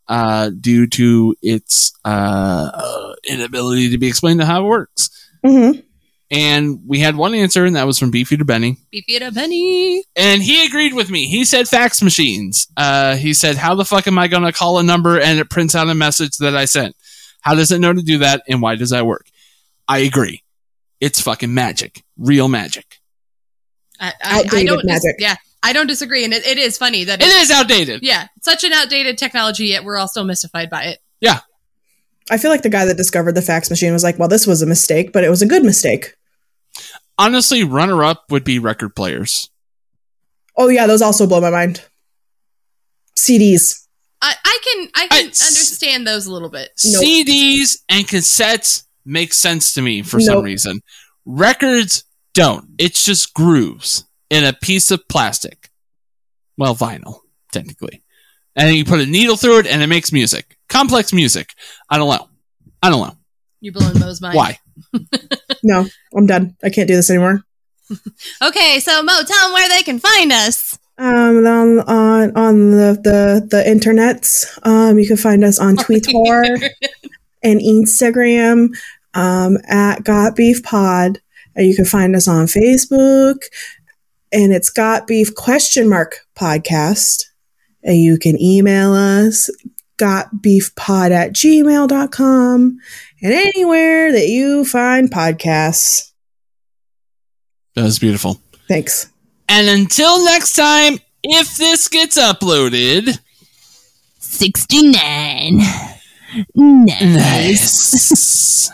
Speaker 1: uh, due to its uh, inability to be explained to how it works.
Speaker 2: Mhm.
Speaker 1: And we had one answer, and that was from Beefy to Benny
Speaker 5: Beefy and a penny.
Speaker 1: and he agreed with me. He said fax machines. Uh, he said, "How the fuck am I going to call a number and it prints out a message that I sent? How does it know to do that, and why does that work?" I agree. It's fucking magic, real magic.
Speaker 5: I, I,
Speaker 2: Outdated
Speaker 5: I don't. Dis-
Speaker 2: magic.
Speaker 5: yeah, I don't disagree, and it, it is funny that
Speaker 1: It
Speaker 5: it's,
Speaker 1: is outdated.
Speaker 5: yeah, such an outdated technology, yet we're all still mystified by it.
Speaker 2: I feel like the guy that discovered the fax machine was like, well, this was a mistake, but it was a good mistake.
Speaker 1: Honestly, runner-up would be record players.
Speaker 2: Oh yeah, those also blow my mind. CDs.
Speaker 5: I, I can I can
Speaker 1: I-
Speaker 5: understand those a little bit.
Speaker 2: Nope.
Speaker 1: CDs and cassettes make sense to me for some
Speaker 2: Nope.
Speaker 1: reason. Records don't. It's just grooves in a piece of plastic. Well, vinyl, technically. And you put a needle through it and it makes music. Complex music. I don't know. I don't know.
Speaker 5: You're blowing Mo's mind.
Speaker 1: Why?
Speaker 2: No, I'm done. I can't do this anymore.
Speaker 5: Okay, so Mo, tell them where they can find us.
Speaker 2: Um, on on on the the the internets. Um, you can find us on Twitter and Instagram. Um, at Got Beef Pod, and you can find us on Facebook, and it's Got Beef question mark podcast. And you can email us gotbeefpod at gmail.com and anywhere that you find podcasts.
Speaker 1: That was beautiful.
Speaker 2: Thanks.
Speaker 1: And until next time, if this gets uploaded,
Speaker 3: 69. Nice.
Speaker 1: nice.